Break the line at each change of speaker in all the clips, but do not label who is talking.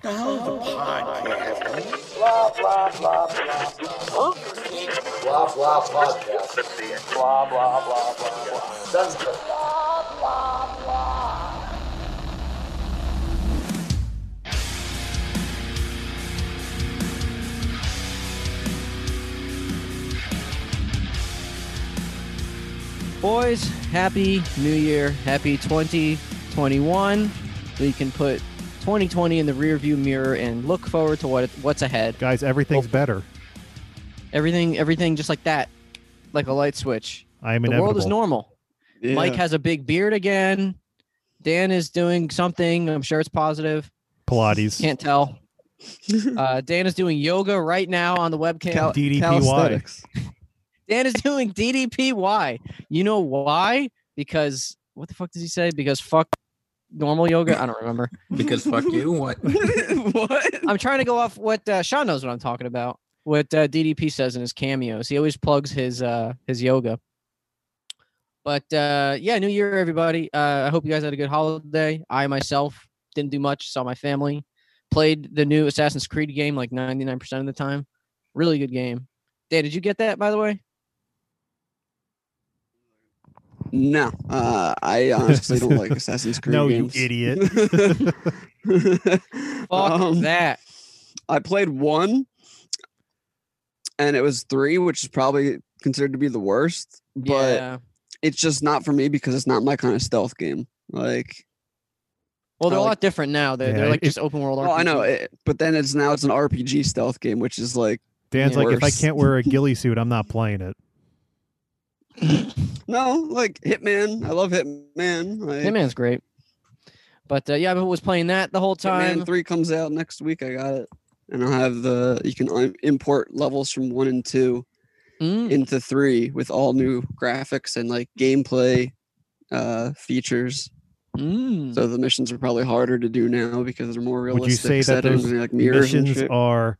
The hell is a podcast?
Blah, blah, blah, blah, blah.
Blah blah podcast.
Blah, blah, blah, blah, blah.
Sounds good.
Oh,
Boys, happy new year. Happy 2021. We can put 2020 in the rearview mirror and look forward to what what's ahead.
guys everything's better
Everything everything just like that. Like a light switch.
i am
The
inevitable
world is normal. Mike has a big beard again. Dan is doing something. I'm sure it's positive.
pilates
Can't tell. Uh, Dan is doing yoga right now on the webcam.
DDPY.
Dan is doing DDPY. You know why? Because what the fuck does he say? Because fuck normal yoga. I don't remember.
Because fuck you. What?
what?
I'm trying to go off what uh, Sean knows what I'm talking about. What uh, DDP says in his cameos. He always plugs his uh, his yoga. But uh, yeah, New Year, everybody. Uh, I hope you guys had a good holiday. I myself didn't do much. Saw my family. Played the new Assassin's Creed game like 99% of the time. Really good game. Dan, did you get that by the way?
No, uh, I honestly don't like Assassin's Creed.
no
games.
you idiot
idiot.
Fuck
Um,
that.
I played one, and it was three, which is probably considered to be the worst. But
yeah.
it's just not for me because it's not my kind of stealth game. Like,
Well,
I
they're a
like-
lot different now. They're, they're
Oh, Yeah,
like
it-
just open world.
oh, I know,
RPGs.
it, but then it's now it's an RPG stealth game, which is like,
dan's
Yeah.
like if i
Worse.
can't wear a ghillie suit i'm not playing it
no, like Hitman. I love Hitman. Like,
Hitman's great. But uh, yeah, I was playing that the whole
Hitman
time.
Three comes out next week. I got it, and I'll have the you can un- import levels from one and two.
Mm.
into three with all new graphics and like gameplay uh features
Mm.
so the missions are probably harder to do now because they're more
Would you
realistic
say that
settings
those
and, like mirrors and
missions
shit.
are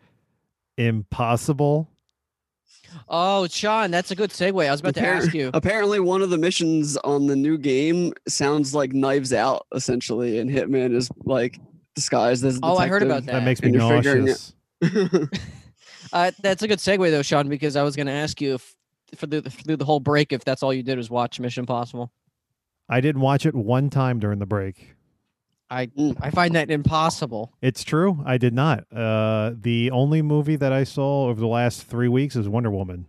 impossible
Oh, Sean, that's a good segue. I was about to
Appar-
ask you.
apparently one of the missions on the new game sounds like knives out essentially and hitman is like disguised as a
Oh, I heard about
detective.
that makes me
And you're figuring
nauseous
Uh, that's a good segue though, Sean, because I was going to ask you if for the through the whole break if that's all you did was watch Mission Impossible.
i didn't watch it one time during the break
I
Mm.
I find that impossible.
it's true i did not uh the only movie that i saw over the last three weeks is wonder woman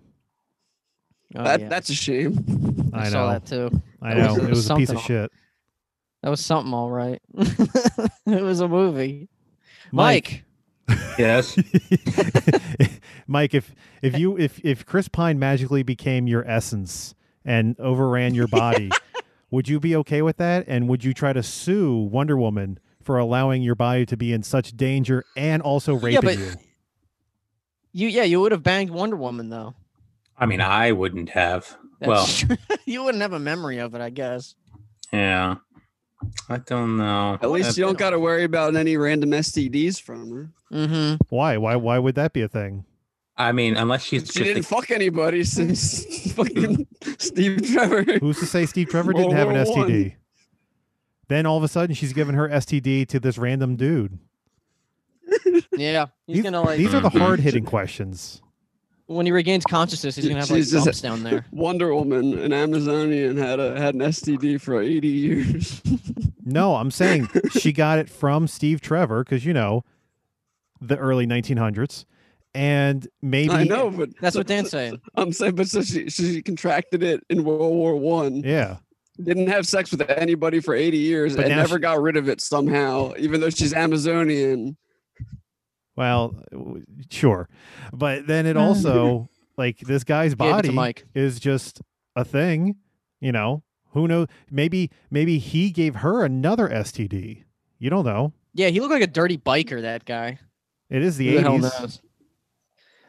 Oh,
that,
yeah.
that's a shame
i, know
saw that too.
i
There
know
was-
it
there was
was a piece
something
of
on-
shit
That was something, all right. it was a movie. Mike,
Yes.
Mike, if if you if if Chris Pine magically became your essence and overran your body, would you be okay with that? And would you try to sue Wonder Woman for allowing your body to be in such danger and also raping
but-
you?
you yeah, you would have banged Wonder Woman though.
I mean, I wouldn't have. well,
That's true. you wouldn't have a memory of it, I guess.
yeah. I don't know.
at least
That-
you don't got to worry about any random stds from her
Mm-hmm.
Why? Why? Why would that be a thing?
I mean, unless she's
she
just
didn't
a,
fuck anybody since fucking steve trevor
Who's to say Steve Trevor didn't
World
have an
War
STD?
One.
Then all of a sudden she's giving her STD to this random dude.
Yeah, he's
these
gonna like
these are the
Mhm.
hard hitting questions.
when he regains consciousness, he's gonna have like
She's just-
bumps down there.
Wonder Woman, an Amazonian, had a had an STD for 80 years.
No, I'm saying she got it from Steve Trevor because you know the early 1900s, and maybe
I know, but
That's what Dan's saying.
I'm saying. But so she she contracted it in World War One,
Yeah,
didn't have sex with anybody for 80 years,
But
and
now
never
she-
got rid of it somehow, even though she's Amazonian.
well, w- sure, but then it also like this guy's
Gave it
body
to Mike.
is just a thing, you know. Who knows? Maybe maybe he gave her another STD. You don't know.
Yeah, he looked like a dirty biker. That guy.
It is the
Who the hell
80s.
knows?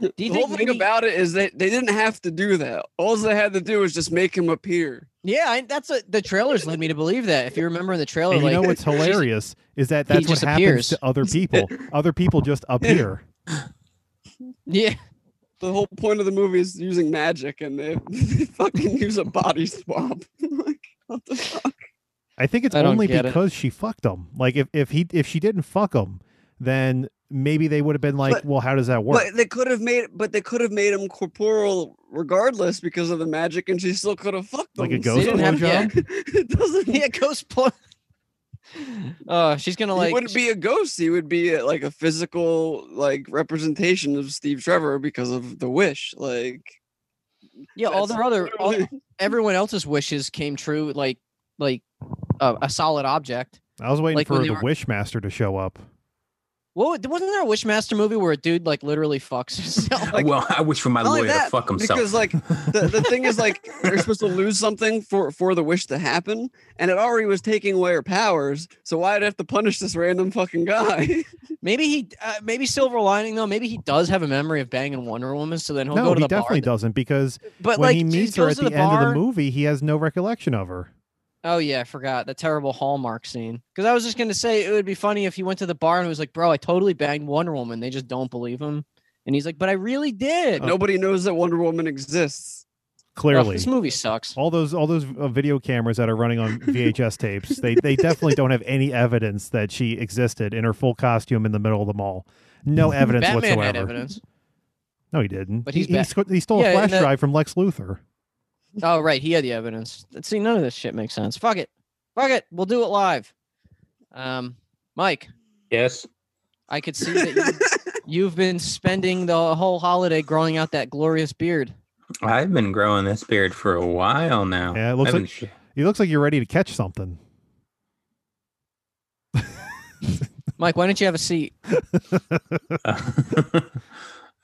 Do you
the
think
whole thing
maybe-
about it is that they didn't have to do that. All they had to do was just make him appear.
Yeah, I, that's what the trailers led me to believe that. If you remember in the trailer,
And you
like
know what's
she's-
hilarious is that that's what
just
happens
appears.
to other people. Other people just appear.
Yeah,
The whole point of the movie is using magic, and they, they fucking use a body swap. like, what the fuck?
I think it's
I don't
only
get it.
because she fucked him. Like if if he if she didn't fuck him, then maybe they would have been like,
But-
well, how does that work?
But they could have made, but they could have made him corporeal regardless because of the magic, and she still could have fucked
Like
him.
a ghost
didn't have- blowjob?
it doesn't.
yeah, ghost porn.
Uh,
Oh, she's gonna
he
like.
wouldn't be a ghost. He would be uh, like a physical like representation of Steve Trevor because of the wish. Like
yeah, all
that's
their other, all,
literally-
everyone else's wishes came true. Like, like uh, a solid object.
I was waiting
like
for
when they
the
were-
Wishmaster to show up.
What wa- wasn't there a Wishmaster movie where a dude like literally fucks himself?
Like-
well, I wish for my
Not only
lawyer
that,
to fuck himself.
because like the, the thing is like they're supposed to lose something for for the wish to happen, and it already was taking away her powers. So why'd I have to punish this random fucking guy?
maybe he, uh, maybe silver lining though. Maybe he does have a memory of banging Wonder Woman, so then he'll
no,
go to
he
the
definitely
bar.
doesn't because
But
when
like
he
she
meets her
goes
at
to
the, end of
bar-
the movie, he has no recollection of her.
Oh yeah, I forgot the terrible Hallmark scene. Because I was just gonna say it would be funny if he went to the bar and was like, "Bro, I totally banged Wonder Woman." They just don't believe him, and he's like, "But I really did."
Oh,
Well,
Nobody knows that Wonder Woman exists.
Clearly,
Oh, this movie sucks.
all those all those uh, video cameras that are running on VHS tapes, they they definitely don't have any evidence that she existed in her full costume in the middle of the mall. No evidence
Batman
whatsoever.
had evidence.
No, he didn't.
But
he,
he's
he,
Bat-
sco- he stole
Yeah,
a
and
flash
that-
drive from Lex Luthor.
Oh right, he had the evidence. Let's see, none of this shit makes sense. Fuck it, fuck it. We'll do it live. Um, Mike,
yes.
I could see that you- you've been spending the whole holiday growing out that glorious beard.
I've been growing this beard for a while now.
Yeah, it looks
I've been
like-
sh-
He looks like you're ready to catch something.
Mike, why don't you have a seat?
uh,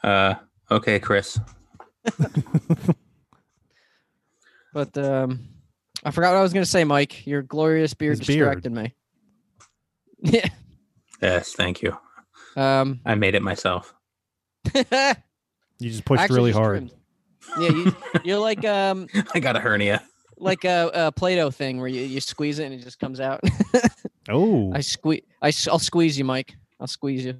uh, okay, Chris.
But um, I forgot what I was going to say, Mike. Your glorious beard
His beard.
distracted me. Yeah.
Yes, thank you.
Um,
I made it myself.
actually
You just pushed really
just
hard.
trimmed. Yeah, you, you're like um,
I got a hernia.
like a, a Play-Doh thing where you, you squeeze it and it just comes out.
Oh,
I squeeze. I, s- I'll squeeze you, Mike. I'll squeeze you.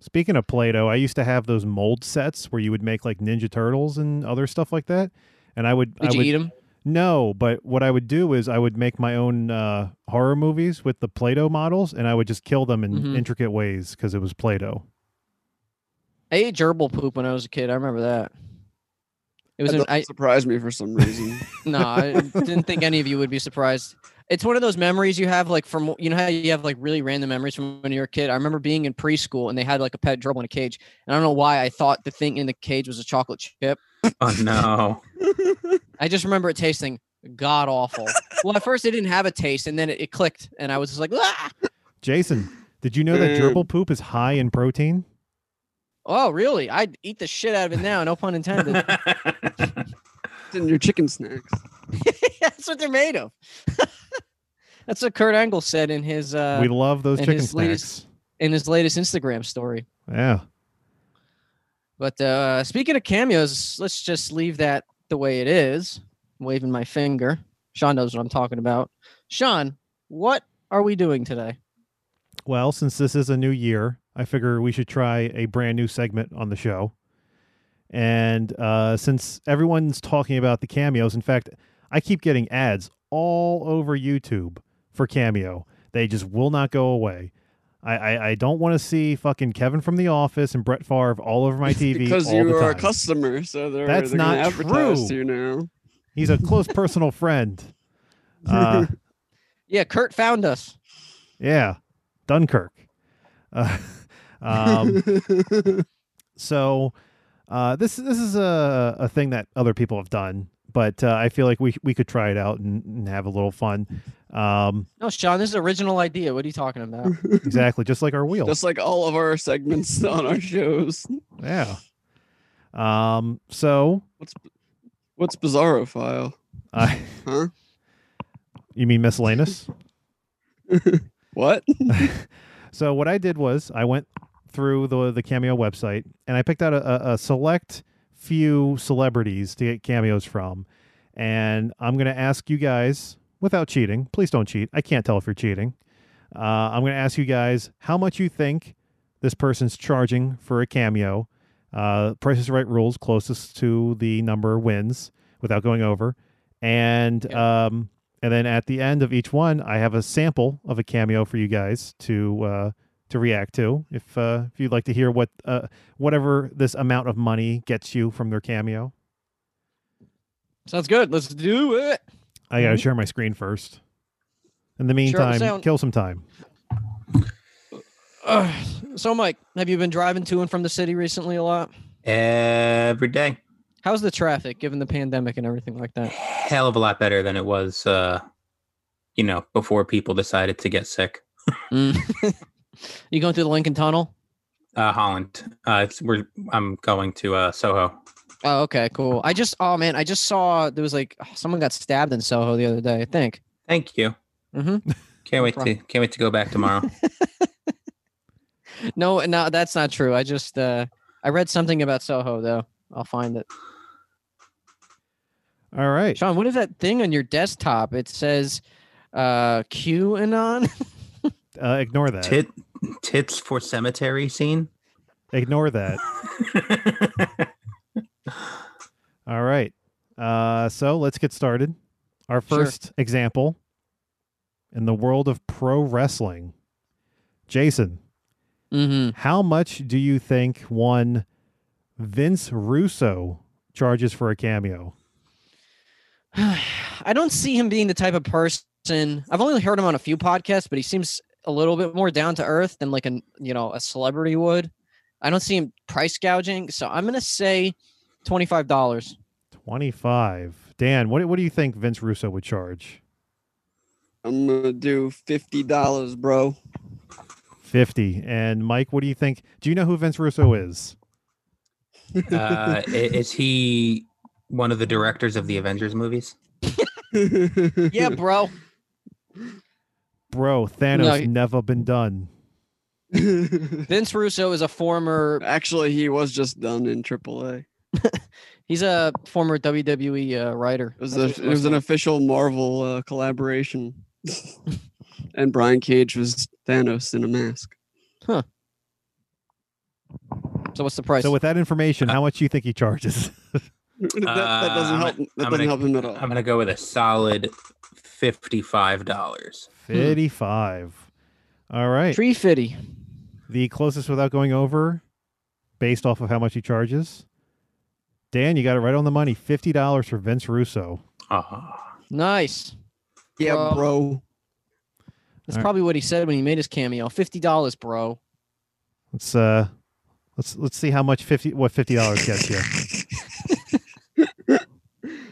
speaking of Play-Doh, I used to have those mold sets where you would make like Ninja Turtles and other stuff like that. And I would,
Did
I
you
would
eat them?
No, but what I would do is I would make my own uh, horror movies with the Play-Doh models, and I would just kill them in
Mhm.
intricate ways because it was Play-Doh.
I ate gerbil poop when I was a kid. I remember that. It was
That
an,
doesn't
I
surprise me for some reason.
no, I didn't think any of you would be surprised. It's one of those memories you have, like from you know how you have like really random memories from when you were a kid. I remember being in preschool and they had like a pet gerbil in a cage, and I don't know why I thought the thing in the cage was a chocolate chip.
Oh no.
I just remember it tasting god awful. well, at first it didn't have a taste, and then it, it clicked, and I was just like, "Ah!"
Jason, did you know that
Mm.
gerbil poop is high in protein?
"Oh, really? I'd eat the shit out of it now." No pun intended.
It's in your chicken snacks.
That's what they're made of. That's what Kurt Angle said in his uh,
we love those
and
chicken
his
snacks.
latest- in his latest Instagram story.
Yeah,
But uh, speaking of cameos, let's just leave that the way it is. waving my finger. Sean knows what I'm talking about. Sean, what are we doing today?
Well, since this is a new year, I figure we should try a brand new segment on the show. And uh, since everyone's talking about the cameos, in fact, I keep getting ads all over YouTube for cameo. They just will not go away. I, I, I don't want to see fucking Kevin from The Office and Brett Favre all over my TV
because
all
you
the
are a
time.
customer, so they're,
That's
they're gonna
not
advertise to
true.
you now.
He's a close personal friend. Uh,
Yeah, Kurt found us.
yeah, Dunkirk. Uh, um, So uh, this this is a, a thing that other people have done, but uh, I feel like we we could try it out and, and have a little fun. Um,
No, Sean, this is an original idea. What are you talking about?
exactly, just like our wheel.
Just like all of our segments on our shows.
yeah. Um. So
What's Bizarro file?
I.
Huh?
You mean miscellaneous?
What?
so what I did was I went through the the cameo website and I picked out a, a, a select few celebrities to get cameos from, and I'm gonna ask you guys without cheating. Please don't cheat. I can't tell if you're cheating. Uh, I'm gonna ask you guys how much you think this person's charging for a cameo. Uh, Price is Right rules closest to the number wins without going over, and
Yep.
um, and then at the end of each one, I have a sample of a cameo for you guys to uh, to react to. If uh, if you'd like to hear what uh, whatever this amount of money gets you from their cameo,
Sounds good. Let's do it.
I gotta share my screen first. In the
Share up the
meantime,
sound.
kill some time.
Ugh. so, Mike, have you been driving to and from the city recently a lot?
Every day.
How's the traffic given the pandemic and everything like that?
Hell of a lot better than it was, uh, you know, before people decided to get sick.
Mm. you going through the Lincoln Tunnel?
Uh, Holland. Uh, it's, we're, I'm going to uh, Soho.
Oh, okay, cool. I just, oh man, I just saw there was like someone got stabbed in Soho the other day, I think.
Thank you.
hmm
Can't wait to
problem.
can't wait to go back tomorrow.
No, no, that's not true. I just, uh, I read something about Soho though. I'll find it.
All right.
Sean, what is that thing on your desktop? It says uh, QAnon.
Uh, ignore that.
Tit tits for cemetery scene.
Ignore that. All right. Uh, so let's get started. Our
Sure.
first example in the world of pro wrestling. Jason,
mm-hmm.
how much do you think one Vince Russo charges for a cameo?
I don't see him being the type of person. I've only heard him on a few podcasts, but he seems a little bit more down to earth than like an you know a celebrity would. I don't see him price gouging, so I'm gonna say twenty five dollars.
25. Dan, what, what do you think Vince Russo would charge?
I'm gonna do fifty dollars, bro.
50. And Mike, what do you think? Do you know who Vince Russo is?
uh, i- is he one of the directors of the Avengers movies?
Yeah, bro.
Bro, Thanos
No, he-
never been done.
Vince Russo is a former.
Actually, he was just done in AAA. It
He's a former WWE uh, writer.
was
That's
a,
what
it
he
was an official Marvel uh, collaboration, and Brian Cage was Thanos in a mask.
So what's the price?
So with that information, how much do you think he charges?
that, that doesn't
Uh, I'm gonna-
help. that
I'm
doesn't
gonna-
help him at all.
I'm gonna go with a solid fifty-five dollars.
55. All right.
Tree fitty.
The closest without going over, based off of how much he charges. Dan, you got it right on the money. Fifty dollars for Vince Russo.
Nice.
yeah,
bro.
bro.
That's
Alright.
probably what he said when he made his cameo. Fifty dollars, bro.
Let's uh, let's let's see how much fifty what fifty dollars gets you.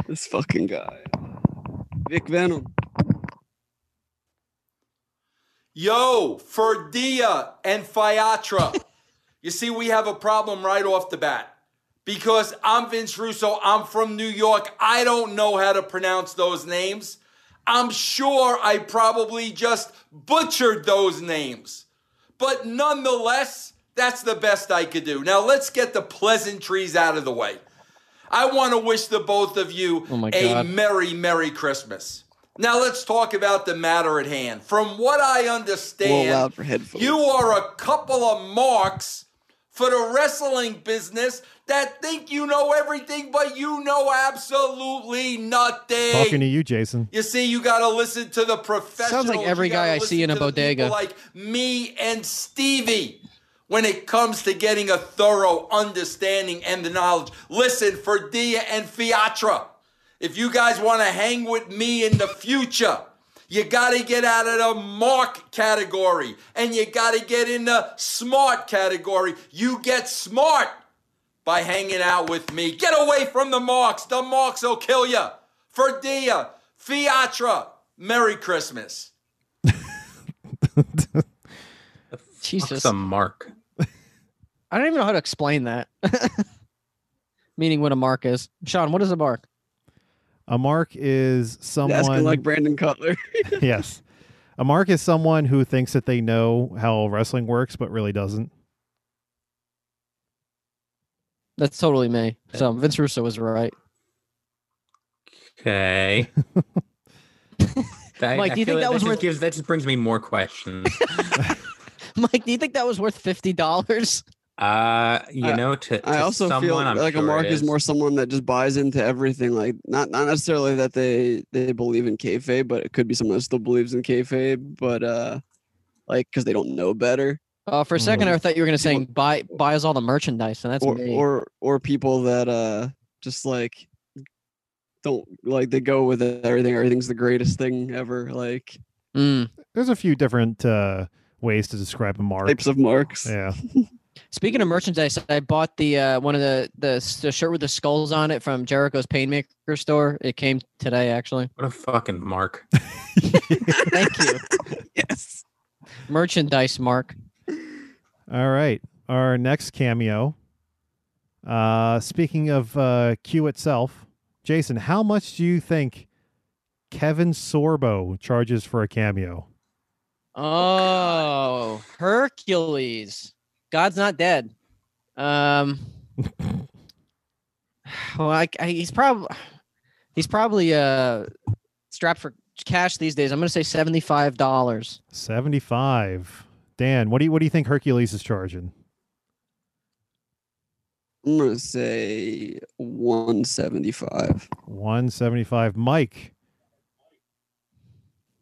This fucking guy, Vic Venom.
Yo, Ferdia and Fiatra. you see, we have a problem right off the bat because I'm Vince Russo. I'm from New York. I don't know how to pronounce those names. I'm sure I probably just butchered those names. But nonetheless, that's the best I could do. Now, let's get the pleasantries out of the way. I want to wish the both of you
Oh my
a
God.
merry, merry Christmas. Now, let's talk about the matter at hand. From what I
Well,
understand,
loud for headphones.
you are a couple of marks for the wrestling business that think you know everything, but you know absolutely nothing.
Talking to you, Jason.
You see, you gotta listen to the professionals.
every
You gotta
guy I
listen
see in a
to the
bodega.
people Like me and Stevie. When it comes to getting a thorough understanding and the knowledge, listen for Dia and Fiatra. If you guys want to hang with me in the future, you got to get out of the mark category and you got to get in the smart category. You get smart by hanging out with me. Get away from the marks. The marks will kill you. For Dia, Fiatra, Merry Christmas.
Jesus.
a mark.
I don't even know how to explain that. Meaning what a mark is. Sean, what is a mark?
A mark is someone.
asking like Brandon Cutler.
yes, a mark is someone who thinks that they know how wrestling works, but really doesn't.
That's totally me. So Vince Russo was right.
Okay. That,
Mike, do you think
feel
that was
just
worth-
gives- that just brings me more questions.
Mike, do you think that was worth fifty dollars?
uh, you
I-
know, to, to
I also
someone,
feel
I'm
like
sure
a
it
mark
is.
is. more someone that just buys into everything. Like not not necessarily that they they believe in kayfabe, but it could be someone that still believes in kayfabe, but uh, like because they don't know better.
Uh, for a second, I thought you were gonna say buy buy us all the merchandise, and that's
or,
me.
or or people that uh just like don't like they go with it, everything. Everything's the greatest thing ever. Like
Mm.
There's a few different uh, ways to describe a mark.
types of marks.
Yeah.
Speaking of merchandise, I bought the uh, one of the, the s- the shirt with the skulls on it from Jericho's Painmaker store. It came today, actually.
What a fucking mark.
Thank you,
Yes.
merchandise mark.
All right. Our next cameo. Uh, speaking of uh, Q itself, Jason, how much do you think Kevin Sorbo charges for a cameo?
Oh, Hercules. God's not dead. Um. well, I, I, he's probably he's probably uh strapped for cash these days. I'm gonna say seventy five dollars.
Seventy-five. Dan, what do you what do you think Hercules is charging?
I'm gonna say 175.
One seventy-five. Mike,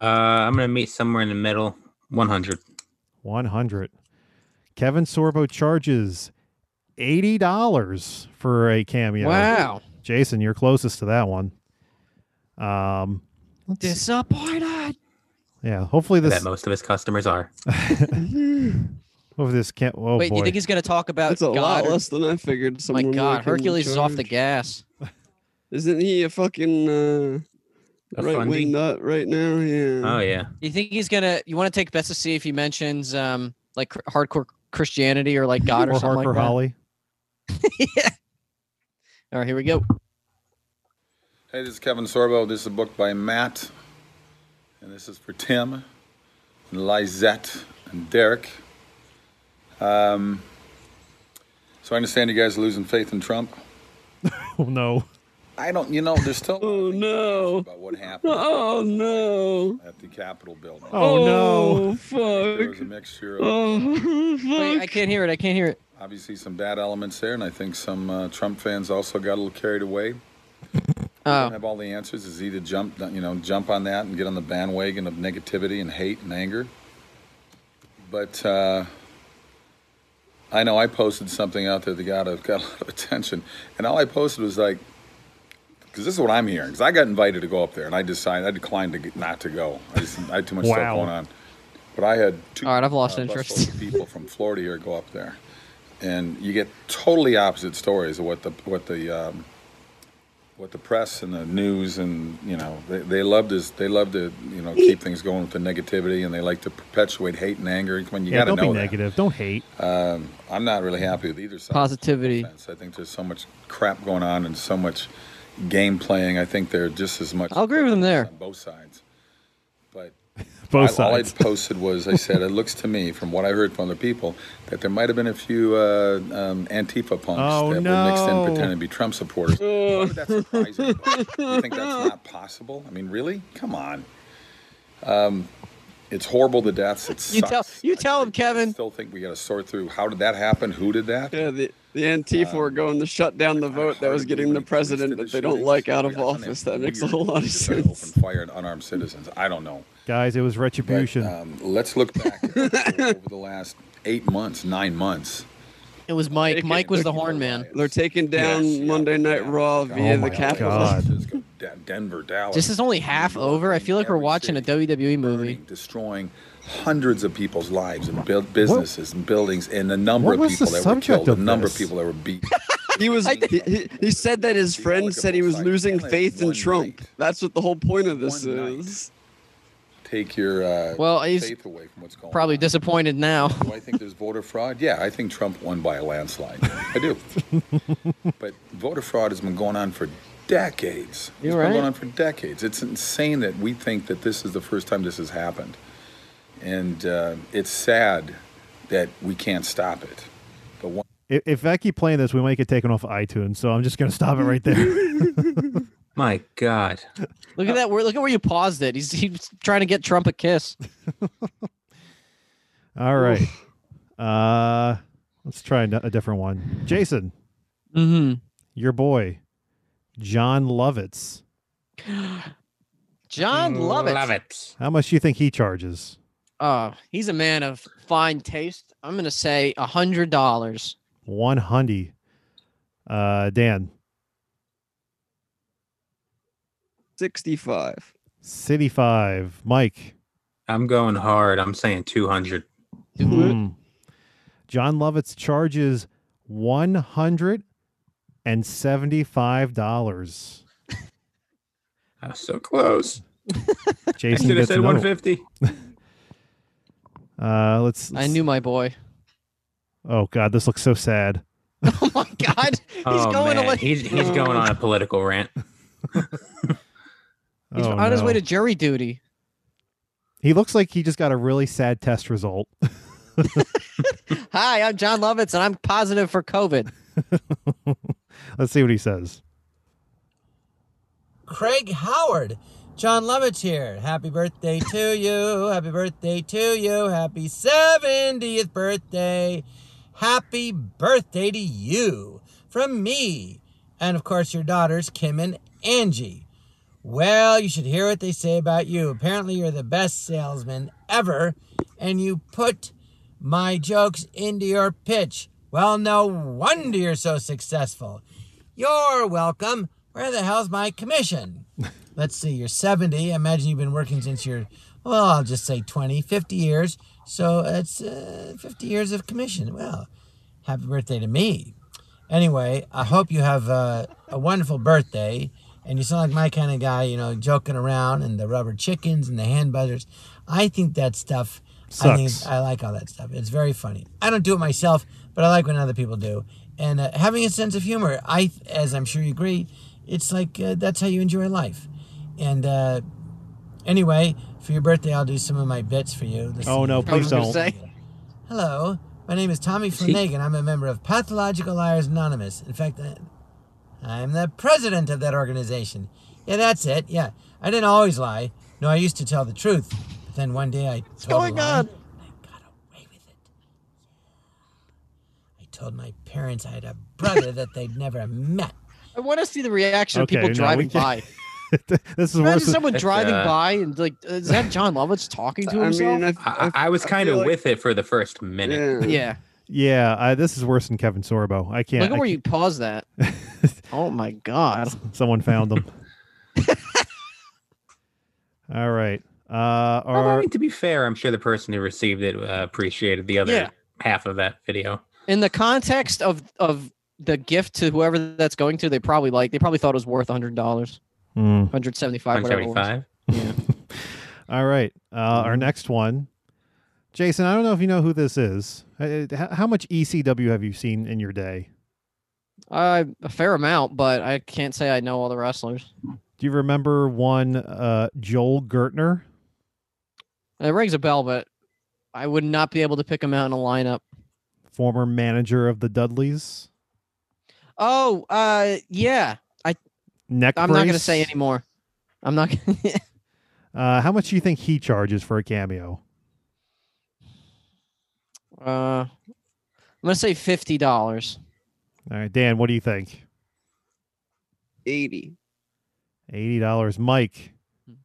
Uh, I'm gonna meet somewhere in the middle. 100.
one hundred. Kevin Sorbo charges eighty dollars for a cameo.
Wow.
Jason, you're closest to that one. Um, let's-
Disappointed.
yeah. Hopefully
I
this
bet most of his customers are.
Over this can't. Oh
Wait,
boy.
you think he's gonna talk about
That's a lot
Goddard?
less than I figured.
My
Someone would
God,
come in
Hercules is off the
charge.
gas.
Isn't he a fucking uh,
A
right
fundy?
wing nut right now? Yeah.
Oh yeah.
You think he's gonna? You want to take bets to see if he mentions um like cr- hardcore Christianity or like God or,
or
something
Harker
like that?
Holly?
All right, here we go.
Hey, this is Kevin Sorbo. This is a book by Matt, and this is for Tim, and Lizette, and Derek. Um, so I understand you guys are losing faith in Trump.
Oh no.
I don't, you know, there's still
Oh, no.
about what happened
Oh no.
at the Capitol building.
Oh, no.
There
Fuck.
was a mixture of
Oh fuck.
Wait, I can't hear it. I can't hear it.
obviously some bad elements there, and I think some uh, Trump fans also got a little carried away. don't
Oh,
have all the answers is either jump you know jump on that and get on the bandwagon of negativity and hate and anger but uh, i know i posted something out there that got a, got a lot of attention and all i posted was like because this is what i'm hearing because i got invited to go up there and i decided i declined to get, not to go i just i had too much
Wow.
stuff going on but i had two
All right, I've lost
uh,
interest.
busloads of people from florida here go up there and you get totally opposite stories of what the what the um, what the press and the news and you know they, they love to they love to you know keep things going with the negativity and they like to perpetuate hate and anger. Come on, you
yeah,
got to
don't be
know that.
negative. Don't hate.
Um, I'm not really happy with either side.
Positivity.
I think there's so much crap going on and so much game playing. I think they're just as much.
I'll agree with him there.
on both sides, but
Both
I-
sides.
All I posted was I said it looks to me, from what I heard from other people, that there might have been a few uh, um, Antifa punks
Oh,
that were mixed in
no.
pretending to be Trump supporters. Why would that surprise anybody? you think that's not possible? I mean, really? Come on. Um, it's horrible. The deaths. It
You tell-
sucks.
you tell 'em, Kevin.
I still think we got to sort through how did that happen? Who did that?
Yeah, the, the Antifa were going to shut down the vote that was getting the president that they don't like out of office. That makes a whole lot of sense.
Open fire on unarmed citizens. I don't know.
Guys, it was retribution.
But, um, let's look back over the last eight months, nine months.
It was Mike.
Take it,
Mike was
take
the
it.
horn man.
They're taking down
Yes, yeah,
Monday Night
yeah.
Raw via
my
the Capitol.
God.
De- Denver, Dallas.
This is only half over. I feel like we're
Every
watching a
city
WWE movie.
burning, Destroying hundreds of people's lives and build businesses and buildings, and the number
What
of
was the
people that were
subject
killed, the
of
number
this?
of people that were beat.
He was. He, he, he said that his friend said he was losing faith in Trump. That's what the whole point of this
One night.
is.
Take your uh,
Well, he's
faith away from what's going
probably
on.
disappointed now.
Do I think there's voter fraud? Yeah, I think Trump won by a landslide. I do. but voter fraud has been going on for decades.
You're
it's
right.
been going on for decades. It's insane that we think that this is the first time this has happened. And uh, it's sad that we can't stop it. But one
if, if I keep playing this, we might get taken off iTunes. So I'm just gonna stop it right there.
My God.
Look at that. Where, look at where you paused it. He's, he's trying to get Trump a kiss.
All right. Uh, let's try a, a different one. Jason,
Mm-hmm.
your boy, John Lovitz.
John Lovett.
Love it.
How much do you think he charges?
uh, he's a man of fine taste. I'm gonna say a hundred dollars.
One hundy. Uh, Dan,
65.
City Five, Mike,
I'm going hard. I'm saying 200.
Do it.
Hmm. John Lovitz charges one hundred and seventy-five dollars.
I was so close. I
Jason
should have
gets
said
another
150.
one. Uh, let's,
I knew my boy.
Oh God, this looks so sad.
Oh my god, he's
oh,
going
man.
away.
He's, he's going on a political rant.
He's
Oh,
on his way to
no.
jury duty.
He looks like he just got a really sad test result.
Hi, I'm John Lovitz, and I'm positive for COVID.
Let's see what he says.
Craig Howard. John Lovitz here. Happy birthday to you. Happy birthday to you. Happy 70th birthday. Happy birthday to you from me. And of course, your daughters, Kim and Angie. Well, you should hear what they say about you. Apparently, you're the best salesman ever, and you put my jokes into your pitch. Well, no wonder you're so successful. You're welcome. Where the hell's my commission? Let's see, you're 70. I imagine you've been working since you're, well, I'll just say 20, 50 years. So that's uh, 50 years of commission. Well, happy birthday to me. Anyway, I hope you have uh, a wonderful birthday. And you sound like my kind of guy, you know, joking around and the rubber chickens and the hand buzzers. I think that stuff I, think
Sucks.
I like all that stuff. It's very funny. I don't do it myself, but I like when other people do. And uh, having a sense of humor, I, as I'm sure you agree, it's like uh, that's how you enjoy life. And uh, anyway, for your birthday, I'll do some of my bits for you. this
Oh no,
evening.
please
I was
don't.
gonna
Hello, my name is Tommy
he-
Flanagan. I'm a member of Pathological Liars Anonymous. In fact, I- I'm the president of that organization. Yeah, that's it. Yeah, I didn't always lie. No, I used to tell the truth. But then one day I What's told
going
a lie,
on?
and I got away with it. I told my parents I had a brother that they'd never met.
I want to see the reaction
Okay,
of people
no, we
driving
can't-
by.
this is worse.
Imagine
than-
someone driving
uh,
by and like, uh, is that John Lovitz talking to
I
himself?
mean, I,
I, I was
I
kind of
feel like-
with it for the first minute.
yeah.
yeah.
yeah, I, this is worse than Kevin Sorbo. I can't.
Look at
I
where you pause that. oh my god.
can't- Someone found them. All right. Uh,
Although, I
our,
mean, to be fair, I'm sure the person who received it uh, appreciated the other
Yeah.
half of that video.
In the context of of the gift to whoever that's going to, they probably like they probably thought it was worth hundred dollars,
Hmm.
hundred seventy five, whatever. it was. Mm-hmm.
175.
All right. Uh, Our next one, Jason. I don't know if you know who this is. Uh, How, how much ECW have you seen in your day?
Uh, a fair amount, but I can't say I know all the wrestlers.
Do you remember one uh, Joel Gertner?
It rings a bell, but I would not be able to pick them out in a lineup.
former manager of the Dudleys.
Oh, uh, yeah.
Neck
I'm not gonna
brace.
say anymore. I'm not. Gonna,
Uh, how much do you think he charges for a cameo?
uh, I'm gonna say fifty dollars.
All right, Dan, what do you think?
80.
Eighty dollars, Mike.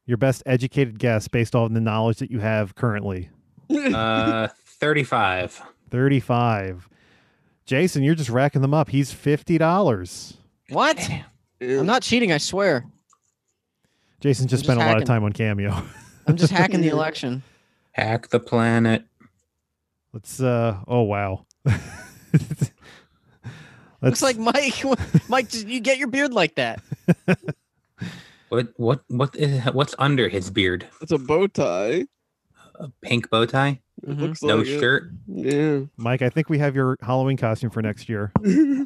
Your best educated guess based on the knowledge that you have currently.
Uh, 35.
Thirty-five. Jason, you're just racking them up. He's fifty dollars.
What?
Yeah.
I'm not cheating. I swear.
Jason
I'm just
just spent a lot of
hacking.
time on cameo.
I'm just hacking the election.
Hack the planet.
Let's. uh Oh wow.
Looks
Let's
like Mike. Mike, just- you get your beard like that.
What what what is what's under his beard?
It's a bow tie.
A pink bow tie?
It
Mhm.
looks
No
like it.
shirt?
Yeah.
Mike. I think we have your Halloween costume for next year.
Oh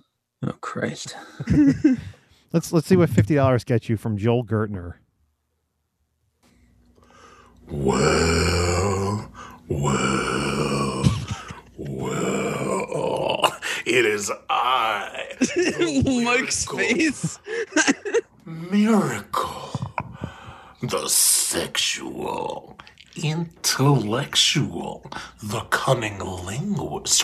Christ.
Let's let's see what fifty dollars gets you from Joel Gertner.
Well, well, well, it is I,
Mike's face.
Miracle, the sexual, intellectual, the cunning linguist.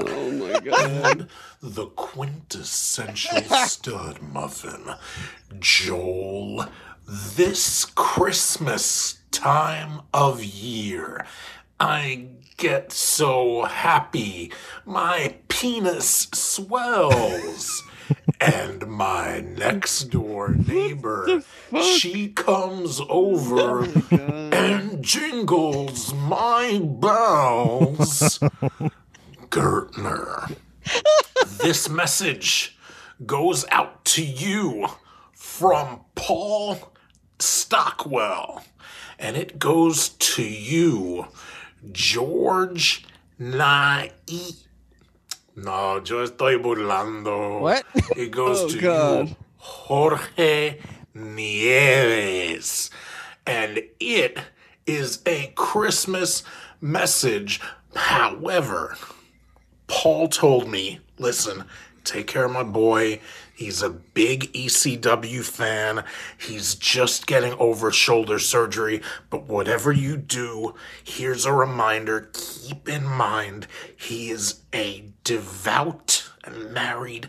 Oh my god.
and the quintessential stud muffin, Joel This Christmas time of year, I get so happy. My penis swells. and my next door neighbor, she comes
Oh
over and jingles my bells. Gertner, this message goes out to you from Paul Stockwell, and it goes to you, George Nye. No, yo estoy burlando.
What?
It goes
Oh,
to
God.
you, Jorge Nieves. And it is a Christmas message. However, Paul told me, listen, take care of my boy. He's a big ECW fan. He's just getting over shoulder surgery. But whatever you do, here's a reminder keep in mind he is a devout and married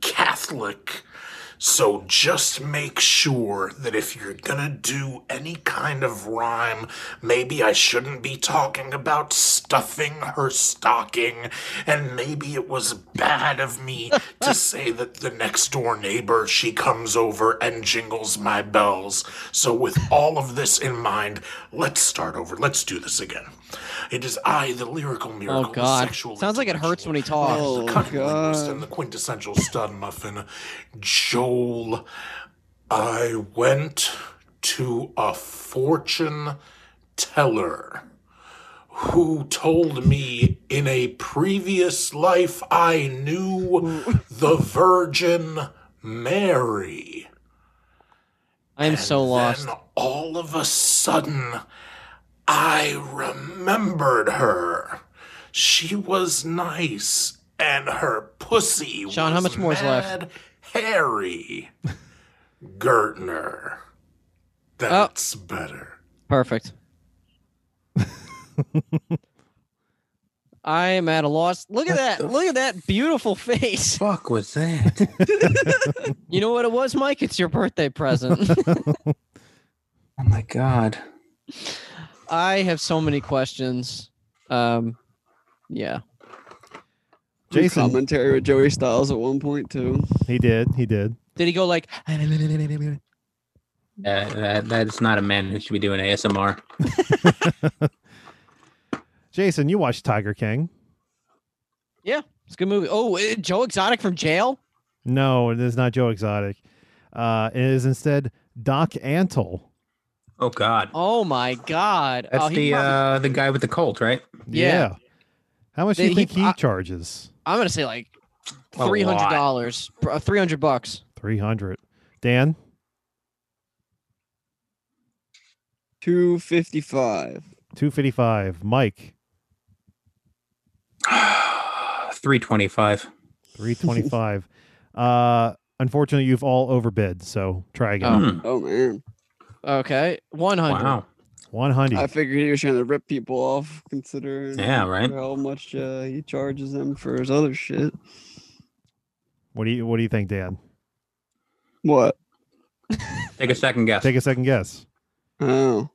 Catholic. So just make sure that if you're gonna do any kind of rhyme, maybe I shouldn't be talking about stuffing her stocking, and maybe it was bad of me to say that the next door neighbor she comes over and jingles my bells. So with all of this in mind, let's start over. Let's do this again. It is I, the lyrical miracle,
Oh
the
God!
sexual
Sounds like it hurts
intellectual,
when he talks.
Oh,
the cunning linguist
God.
and the quintessential stud muffin, Joel. I went to a fortune teller who told me in a previous life I knew the Virgin Mary.
I am so Oh. lost.
Then all of a sudden, I remembered her. She was nice, and her pussy
Sean,
was
how much more is left?
mad Harry Gertner. That's better.
Perfect. I am at a loss. Look at that! Look at that beautiful face.
Fuck was that?
You know what it was, Mike? It's your birthday present.
oh my god.
I have so many questions. Um, yeah.
Jason,
commentary with Joey Styles at one point too.
he did. He did.
Did he go like?
Uh, that, that's not a man who should be doing ASMR.
Jason, you watched Tiger King?
It's a good movie. Oh, eh, Joe Exotic from jail.
No, it is not Joe Exotic. Uh, it is instead Doc Antle.
Oh god.
Oh my God!
That's
oh, he
the
probably-
uh the guy with the cult, right?
Yeah.
How much do
They-
you
he-
think he,
I-
charges?
I'm gonna say like
A
three hundred dollars, uh, three hundred bucks.
Three hundred. Dan,
Two fifty five.
two fifty five. Mike,
Uh, 325.
three twenty five. uh, unfortunately, you've all overbid. So try again.
Hmm.
Oh man,
Okay, one Oh. hundred.
Wow.
One
I
hundred.
figured he was trying to rip people off, considering
Yeah, right?
how much uh, he charges them for his other shit.
What do you What do you think, Dan?
What?
Take a second guess.
Take a second guess.
Oh.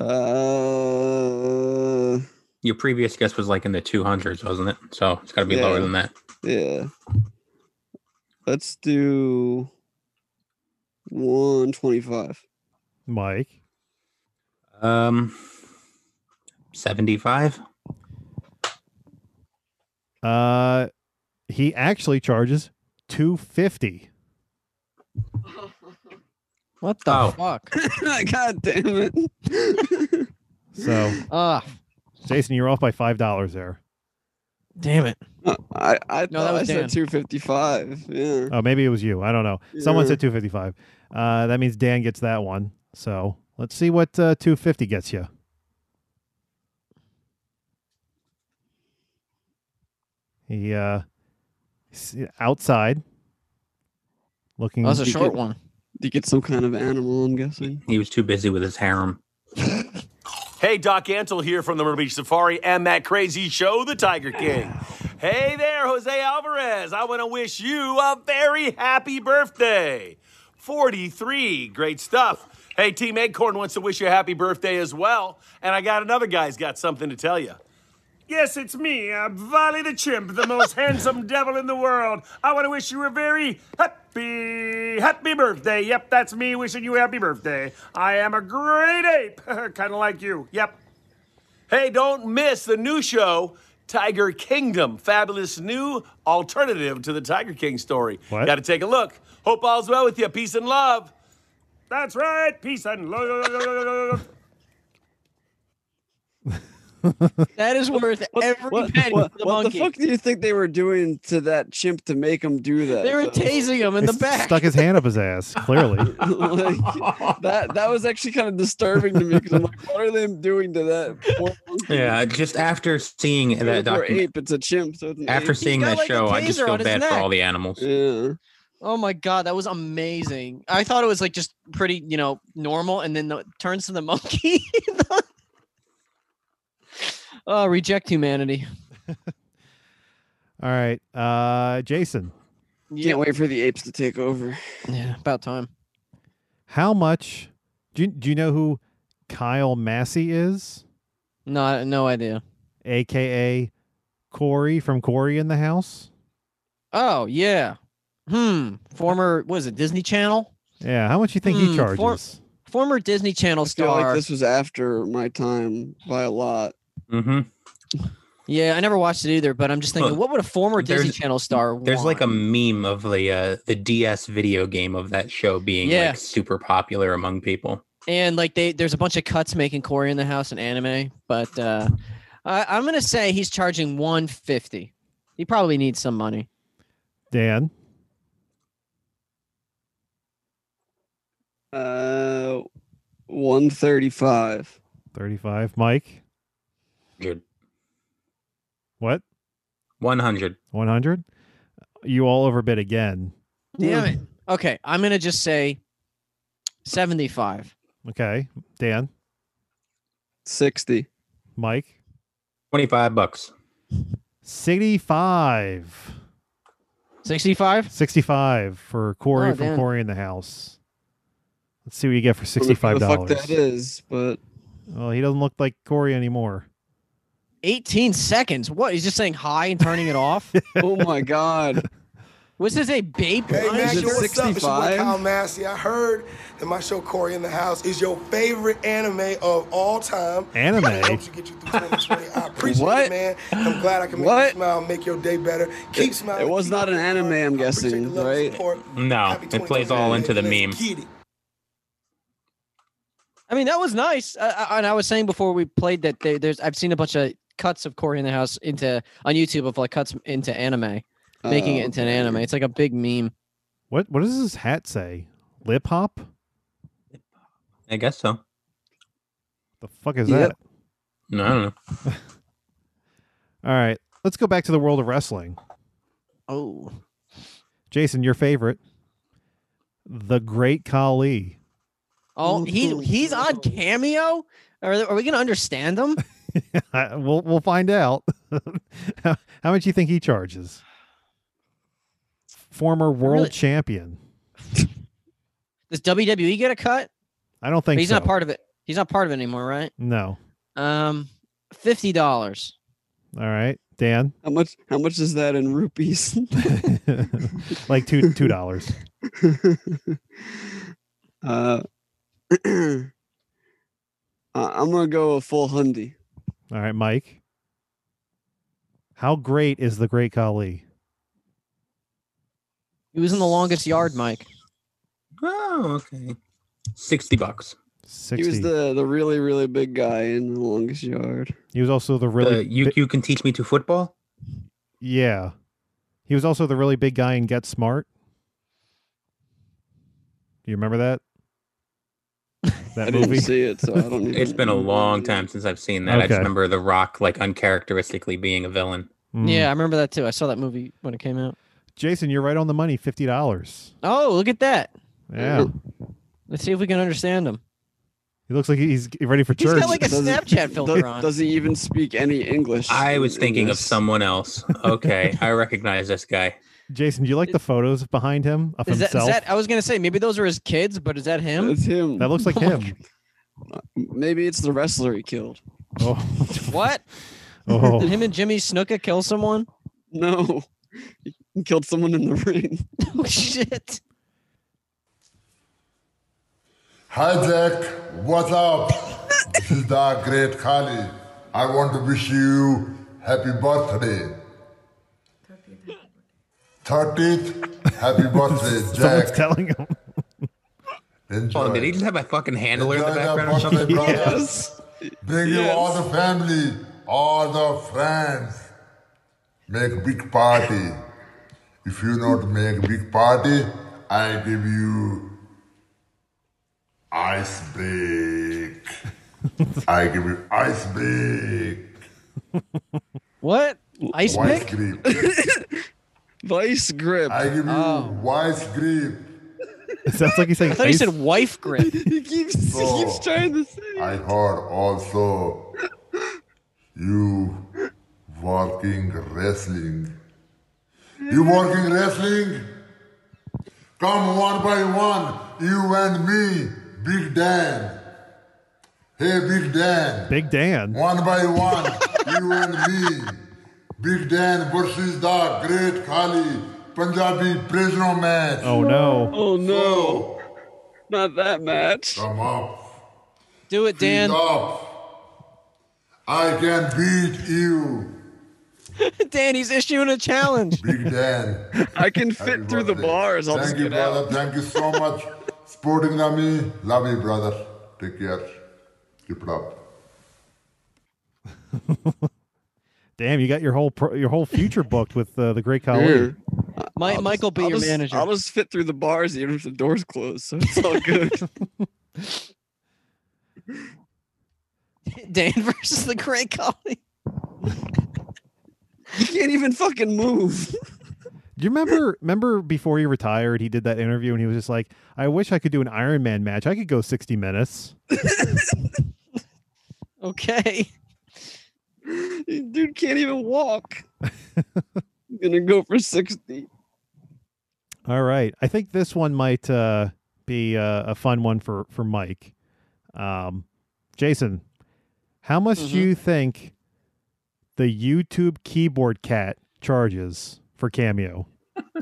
Uh.
Your previous guess was like in the 200s, wasn't it? So it's got to be
Yeah.
lower than that.
Yeah. Let's do one twenty five.
Mike,
Um 75.
uh, he actually charges two fifty.
What the
Oh.
fuck?
God damn it.
So,
Ah,
Jason, you're off by five dollars there.
damn it.
Uh, I, I
No, that
thought I
was Dan.
said 255. Yeah.
Oh, maybe it was you. I don't know. Someone
Yeah.
said 255. Uh, that means Dan gets that one. So let's see what uh, 250 gets you. He uh, s- outside looking.
That was a
Mm, You
short
could-
one.
You get some kind of animal, I'm guessing.
He was too busy with his harem.
Hey, Doc Antle here from the Myrtle Beach Safari and that crazy show, The Tiger King. Hey there, Jose Alvarez. I want to wish you a very happy birthday. 43. Great stuff. Hey, Team Acorn wants to wish you a happy birthday as well. And I got another guy's got something to tell you.
Yes, it's me, uh, Volley the Chimp, the most handsome devil in the world. I want to wish you a very happy, happy birthday. Yep, that's me wishing you a happy birthday. I am a great ape, kind of like you. Yep.
Hey, don't miss the new show, Tiger Kingdom. Fabulous new alternative to the Tiger King story.
What?
Got to take a look. Hope all's well with you. Peace and love.
That's right. Peace and love.
That is worth every penny.
What,
for the
what
monkey.
the fuck do you think they were doing to that chimp to make him do that?
They were
though?
tasing him in the
He
back.
Stuck his hand up his ass. Clearly,
Like, that that was actually kind of disturbing to me because I'm like, what are they doing to that poor monkey?
Yeah, just after seeing
It's a
that
poor
document,
ape, it's a chimp. So it's an
after
ape.
seeing
got,
that
like, a
show, I just
taser
feel
on his
bad for
neck.
all the animals.
Yeah.
Oh my god, that was amazing. I thought it was like just pretty, you know, normal, and then the, it turns to the monkey. oh, reject humanity.
all right, uh, Jason.
Yeah,
Can't wait for the apes to take over.
yeah, about time.
How much do you, do you know who Kyle Massey is,
No, no idea.
aka Corey from Corey in the House?
Oh yeah. Hmm. Former was it Disney Channel?
Yeah, how much you think
Hmm,
he
for-
charges?
Former Disney Channel
I feel like
star.
this was after my time by a lot.
hmm
yeah, I never watched it either, but I'm just thinking,
Look,
what would a former Disney
there's-
Channel star?
There's like a
want?
meme of the uh, the DS video game of that show being
Yeah.
like super popular among people.
and like they there's a bunch of cuts making Corey in the house and anime, but uh, I, I'm gonna say he's charging 150. He probably needs some money.
Dan,
Uh, one thirty-five.
thirty-five. Mike,
Dude,
what?
100.
One hundred. You all overbid again.
Damn it. Okay, I'm gonna just say 75.
Okay, Dan,
Sixty.
Mike,
25 bucks.
sixty-five.
65.
65 for Corey
Oh,
from
damn.
Corey in the House. Let's see what you get for
I don't know
sixty-five
who The fuck that
dollars.
is, but
Well, he doesn't look like Corey anymore.
18 seconds. What? He's just saying hi and turning it off.
oh my god,
Was this a babe?
Hey,
line?
Is
Mac,
it
what's up? It's your boy
65?
Kyle Massey. I heard that my show, Corey in the House, is your favorite anime of all time.
Anime?
It helps you get you through 2020. I appreciate
What?
it, man. I'm glad I can make
What?
you smile, make your day better. Keep smiling.
it was
keep
not an
smiling.
anime, I'm
I appreciate
guessing,
the love and
right?
support.
No,
Happy
it plays
2020,
all into the
baby.
meme.
Let's get it.
I mean, that was nice. I, I, and I was saying before we played that there, there's I've seen a bunch of cuts of Corey in the house into on YouTube of like cuts into anime, making
Oh,
it into an
okay.
anime. It's like a big meme.
What what does his hat say? Lip hop?
I guess so.
The fuck is
Yep.
that?
No, I don't know.
All right, let's go back to the world of wrestling.
Oh,
Jason, your favorite, the Great Khali.
oh, he he's on cameo. Are, are we gonna understand him?
we'll we'll find out. how, how much you think he charges? Former world
Really?
champion.
Does WWE get a cut?
I don't think
But he's
so.
not part of it. He's not part of it anymore, right?
No.
Um, fifty dollars.
All right, Dan.
how much? How much is that in rupees?
like two two dollars.
uh, uh, I'm gonna go a full hundy.
All right, Mike. How great is the Great Khali?
He was in the longest yard, Mike.
Oh, okay. 60 bucks.
Sixty.
He was the the really really big guy in the longest yard.
also the really
Really? you,
bi-
you can teach me to football?
yeah. He was also the really big guy in Get Smart. Do you remember that?
I
That
didn't
movie.
see it, so I don't. Even
It's been a
remember
long
it.
time since I've seen that. I
Okay.
just remember The Rock like uncharacteristically being a villain.
Mm.
Yeah, I remember that too. I saw that movie when it came out.
Jason, you're right on the money. Fifty dollars.
Oh, look at that.
Yeah.
Let's see if we can understand him.
He looks like he's ready for
He's
church.
got like a
Doesn't-
Snapchat
Does,
filter on.
does he even speak any English?
I was
in
thinking of
this?
someone else. Okay, I recognize this guy.
Jason, do you like the photos behind him of
Is that, is
himself?
that I was gonna say maybe those are his kids, but is that him? Oh
That's him.
That looks like him.
Maybe it's the wrestler he killed.
Oh,
What?
Oh.
Did him and Jimmy Snuka kill someone?
No. He killed someone in the ring.
oh shit.
Hi, Jack. What's up? this is the great Kali. I want to wish you happy birthday. 30th happy birthday,
Someone's
Jack.
telling him.
Hold on, Oh, did he just have my fucking handler in the
Enjoy the
background or something?
birthday, Yes. Bring you all the family, all the friends. Make big party. If you not make big party, I give you ice break. I give you ice break.
What? Ice
Vice
pick?
grip.
Vice grip.
I give you vice grip.
It sounds like he's saying. ice-
wife grip.
he keeps he
Oh.
keeps trying to say
I heard also you working wrestling. You working wrestling? Come one by one, you and me, Big Dan. Hey, Big Dan.
Big Dan.
One by one, you and me, Big Dan versus the Great Khali Punjabi prisoner match.
Oh no.
Oh no. Not that match.
Come up.
Do it, Dan.
Feet up. I can beat you,
Dan, he's issuing a challenge.
Big Dan.
I can
Happy
fit through the
birthday.
bars. I'll
Thank
just
you,
get
brother.
out.
Thank you so much. Sporting me. Love you, brother. Take care. Keep it up.
Damn, you got your whole pro- your whole future booked with uh, the great Khali.
My, Michael be
I'll
your
just,
manager.
I'll just fit through the bars even if the door's closed, so it's all good.
Dan versus the Great Collie.
you can't even fucking move.
Do you remember remember before he retired, he did that interview and he was just like, "I wish I could do an Iron Man match. I could go sixty minutes."
Okay.
Dude can't even walk. I'm gonna go for 60.
All right, I think this one might uh, be uh, a fun one for for Mike. Um, Jason, how much do you think the YouTube keyboard cat charges for cameo?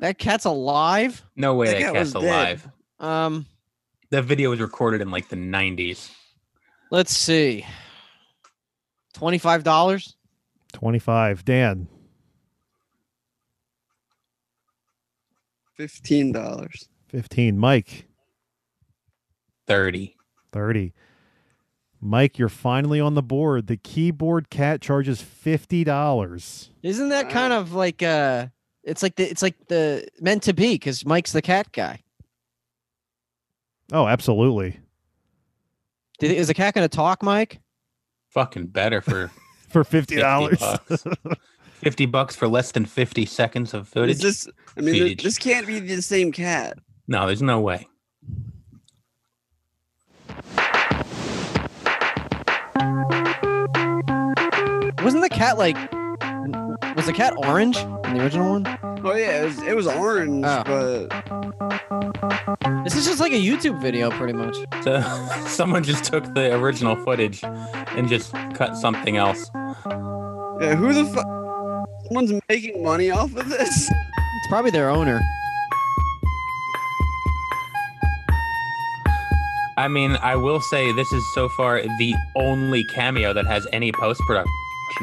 That cat's alive.
No way
That
that,
guy
cat's
was dead.
alive.
Um,
That video was recorded in like the 90s.
let's see. Twenty-five dollars.
Twenty five, Dan.
Fifteen dollars.
Fifteen, Mike.
30.
30. Mike, you're finally on the board. The keyboard cat charges $50.
Isn't that kind of like uh it's like the it's like the meant to be because Mike's the cat guy.
Oh, absolutely.
Did, is the cat gonna talk, Mike?
Fucking better for
For
50
$50.
bucks. 50 bucks for less than 50 seconds of footage?
Is this? I mean, th-
Footage.
this can't be the same cat.
No, there's no way.
Wasn't the cat like n- was the cat orange in the original one?
Oh yeah, it was, it was orange,
Oh.
but
This is just like a YouTube video, pretty much.
So someone just took the original footage and just cut something else.
yeah, who the fuck? Someone's making money off of this.
It's probably their owner.
I mean, I will say this is so far the only cameo that has any post production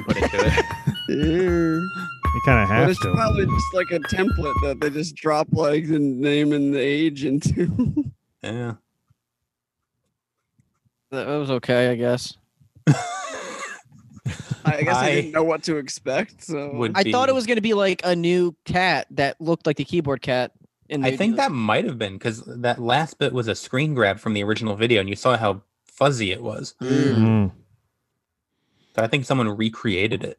put into it.
Yeah.
You kind of
But
have
it's
to.
probably just like a template that they just drop like the name and the age into.
yeah.
That was okay, I guess.
I guess I,
I
didn't know what to expect. So
Would
I thought
be-
it was gonna be like a new cat that looked like the keyboard cat. In the
I think that might have been because that last bit was a screen grab from the original video, and you saw how fuzzy it was.
Mm.
So I think someone recreated it,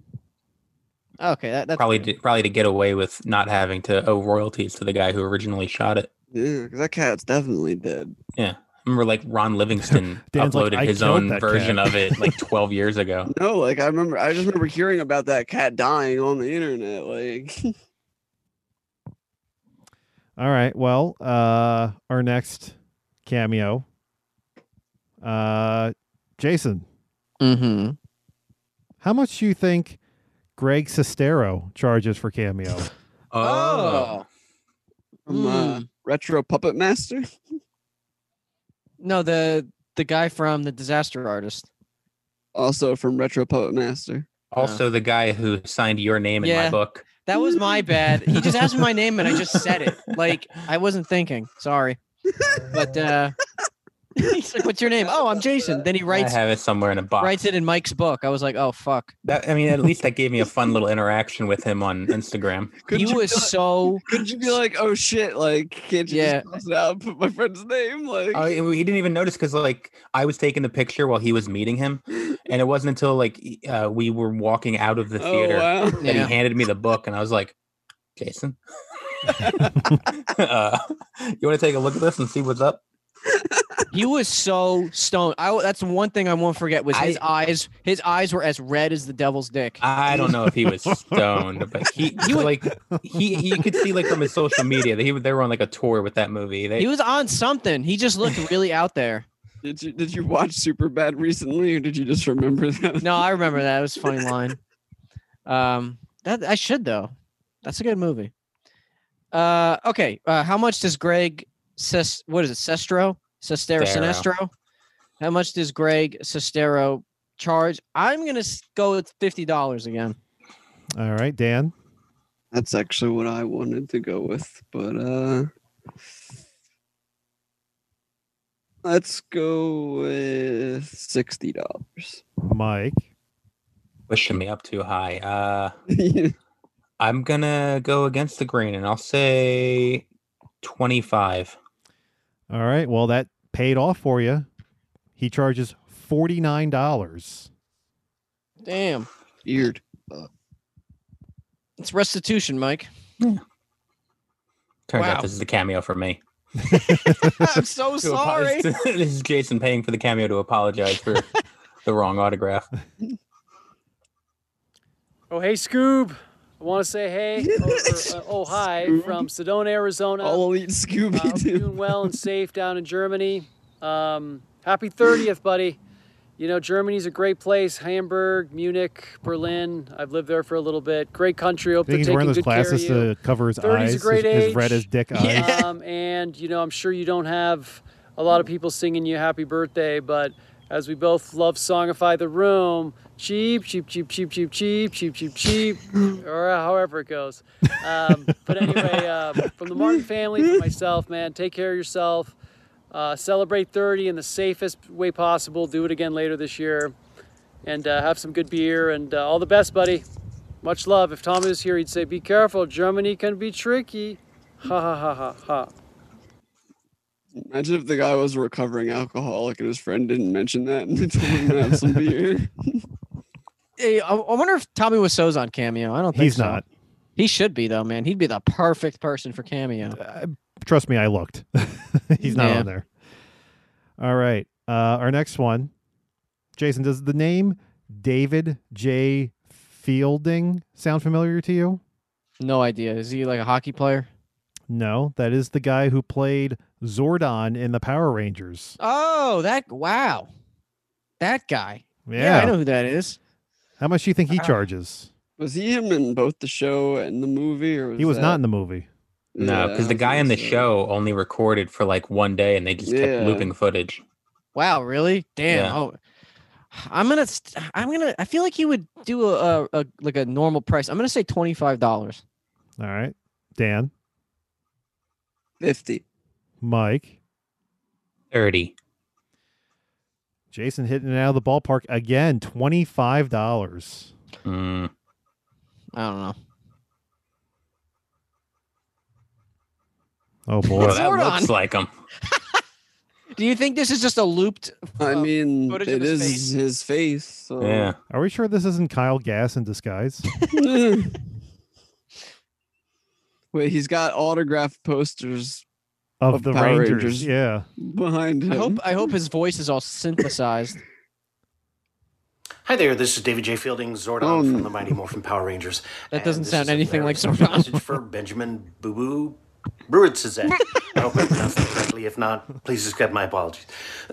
okay, that, that's
probably to, probably to get away with not having to owe royalties to the guy who originally shot it.
yeah, because that cat's definitely dead.
remember, like Ron Livingston
Dan's like,
uploaded
"I
his
killed
own
that
version
cat."
of it like 12 years ago.
No, like I remember, I just remember hearing about that cat dying on the internet. Like
All right. Well, uh, our next cameo, uh, Jason.
Mm-hmm.
How much do you think Greg Sestero charges for cameo?
Oh. From
Hmm.
uh, Retro Puppet Master?
No, the the guy from the Disaster Artist.
Also from Retro Puppet Master.
Also, the guy who signed your name in
Yeah.
my book.
That was my bad. He just asked me my name and I just said it. Like I wasn't thinking. Sorry. But uh he's like, What's your name? Oh, I'm Jason. Then he writes
I have it somewhere in a box.
writes it in Mike's book. I was like, Oh fuck.
That, I mean, at least that gave me a fun little interaction with him on Instagram.
he was so
Couldn't you be like, oh shit, like, can't you
Yeah.
just cross it out and put my friend's name? Like,
Oh,
Uh, he didn't even notice because like I was taking the picture while he was meeting him, and it wasn't until like e- uh, we were walking out of the
Oh,
theater
wow.
that
Yeah.
he handed me the book, and I was like, "Jason, uh, you want to take a look at this and see what's up?"
he was so stoned. I that's one thing I won't forget was his eyes his eyes were as red as the devil's dick.
I don't know if he was stoned, but he, he like he he could see like from his social media that he they were on like a tour with that movie. They,
He was on something. He just looked really out there.
Did you did you watch Super Bad recently, or did you just remember that?
No, I remember that. It was a funny line. Um, that I should though. That's a good movie. Uh, okay. Uh, how much does Greg Ses? What is it? Sestro? Sestero?
Sestero.
Sinestro? How much does Greg Sestero charge? I'm gonna s- go with fifty dollars again.
All right, Dan.
That's actually what I wanted to go with, but uh, let's go with sixty dollars.
Mike
pushing me up too high. Uh, I'm gonna go against the grain, and I'll say twenty five.
All right. Well, that paid off for you. He charges forty nine dollars.
Damn,
Weird.
it's restitution, Mike.
Turns
Wow.
out this is the cameo for me.
I'm so
To apo-
sorry.
this is Jason paying for the cameo to apologize for the wrong autograph.
Oh, hey, Scoob. I want to say hey, or, or, uh, oh, hi, from Sedona, Arizona.
All elite Scooby
Uh, hope you're doing well and safe down in Germany. Um, happy 30th, buddy. You know, Germany's a great place. Hamburg, Munich, Berlin. I've lived there for a little bit. Great country.
I
Hope
think he's
they're
wearing
taking
those
good care of
glasses
you.
to cover his
30's
eyes,
a great
his,
age.
his red as dick eyes.
Um, and you know, I'm sure you don't have a lot of people singing you happy birthday, but as we both love songify the room, cheap, cheap, cheap, cheap, cheap, cheap, cheap, cheap, cheap, or uh, however it goes. Um, but anyway, uh, from the Martin family, from myself, man, take care of yourself. Uh, celebrate 30 in the safest way possible. Do it again later this year, and uh, have some good beer and uh, all the best, buddy. Much love. If Tommy was here, he'd say, "Be careful. Germany can be tricky." Ha ha ha ha ha.
Imagine if the guy was a recovering alcoholic and his friend didn't mention that, and they told him to have some beer.
Hey, I, I wonder if Tommy Wiseau's on cameo. I don't think
He's
so.
not.
He should be though, man. He'd be the perfect person for cameo.
Uh, Trust me, I looked. he's not
Yeah.
on there. All right. Uh, our next one, Jason. Does the name David J. Fielding sound familiar to you?
No idea. Is he like a hockey player?
No, that is the guy who played Zordon in the Power Rangers.
Oh, that wow. That guy. I
Yeah.
know who that is.
How much do you think he charges?
Was he him in both the show and the movie, or was
He was
that...
not in the movie.
No, because the guy in the show only recorded for like one day, and they just
Yeah.
kept looping footage.
Wow, really? Damn.
Yeah.
Oh. I'm gonna st- I'm gonna I feel like he would do a, a, a like a normal price. I'm gonna say twenty five dollars.
All right. Dan,
fifty?
Mike,
Thirty.
Jason hitting it out of the ballpark again. Twenty five dollars.
Mm.
I don't know.
Oh boy,
Well, that
Zordon.
looks like him.
Do you think this is just a looped uh,
I mean,
footage of
it
his
is his face. So.
Are we sure this isn't Kyle Gass in disguise?
Wait, he's got autographed posters
Of,
Of
the
Power
Rangers.
Rangers.
Yeah.
behind him.
I hope I hope his voice is all synthesized.
Hi there, this is David J. Fielding, Zordon
Oh,
from the Mighty Morphin Power Rangers.
That doesn't
this
sound
is a
anything like
very special
Zordon.
message for Benjamin Boo Boo Bruin Sazette. I hope I pronounced that correctly. If not, please accept my apologies.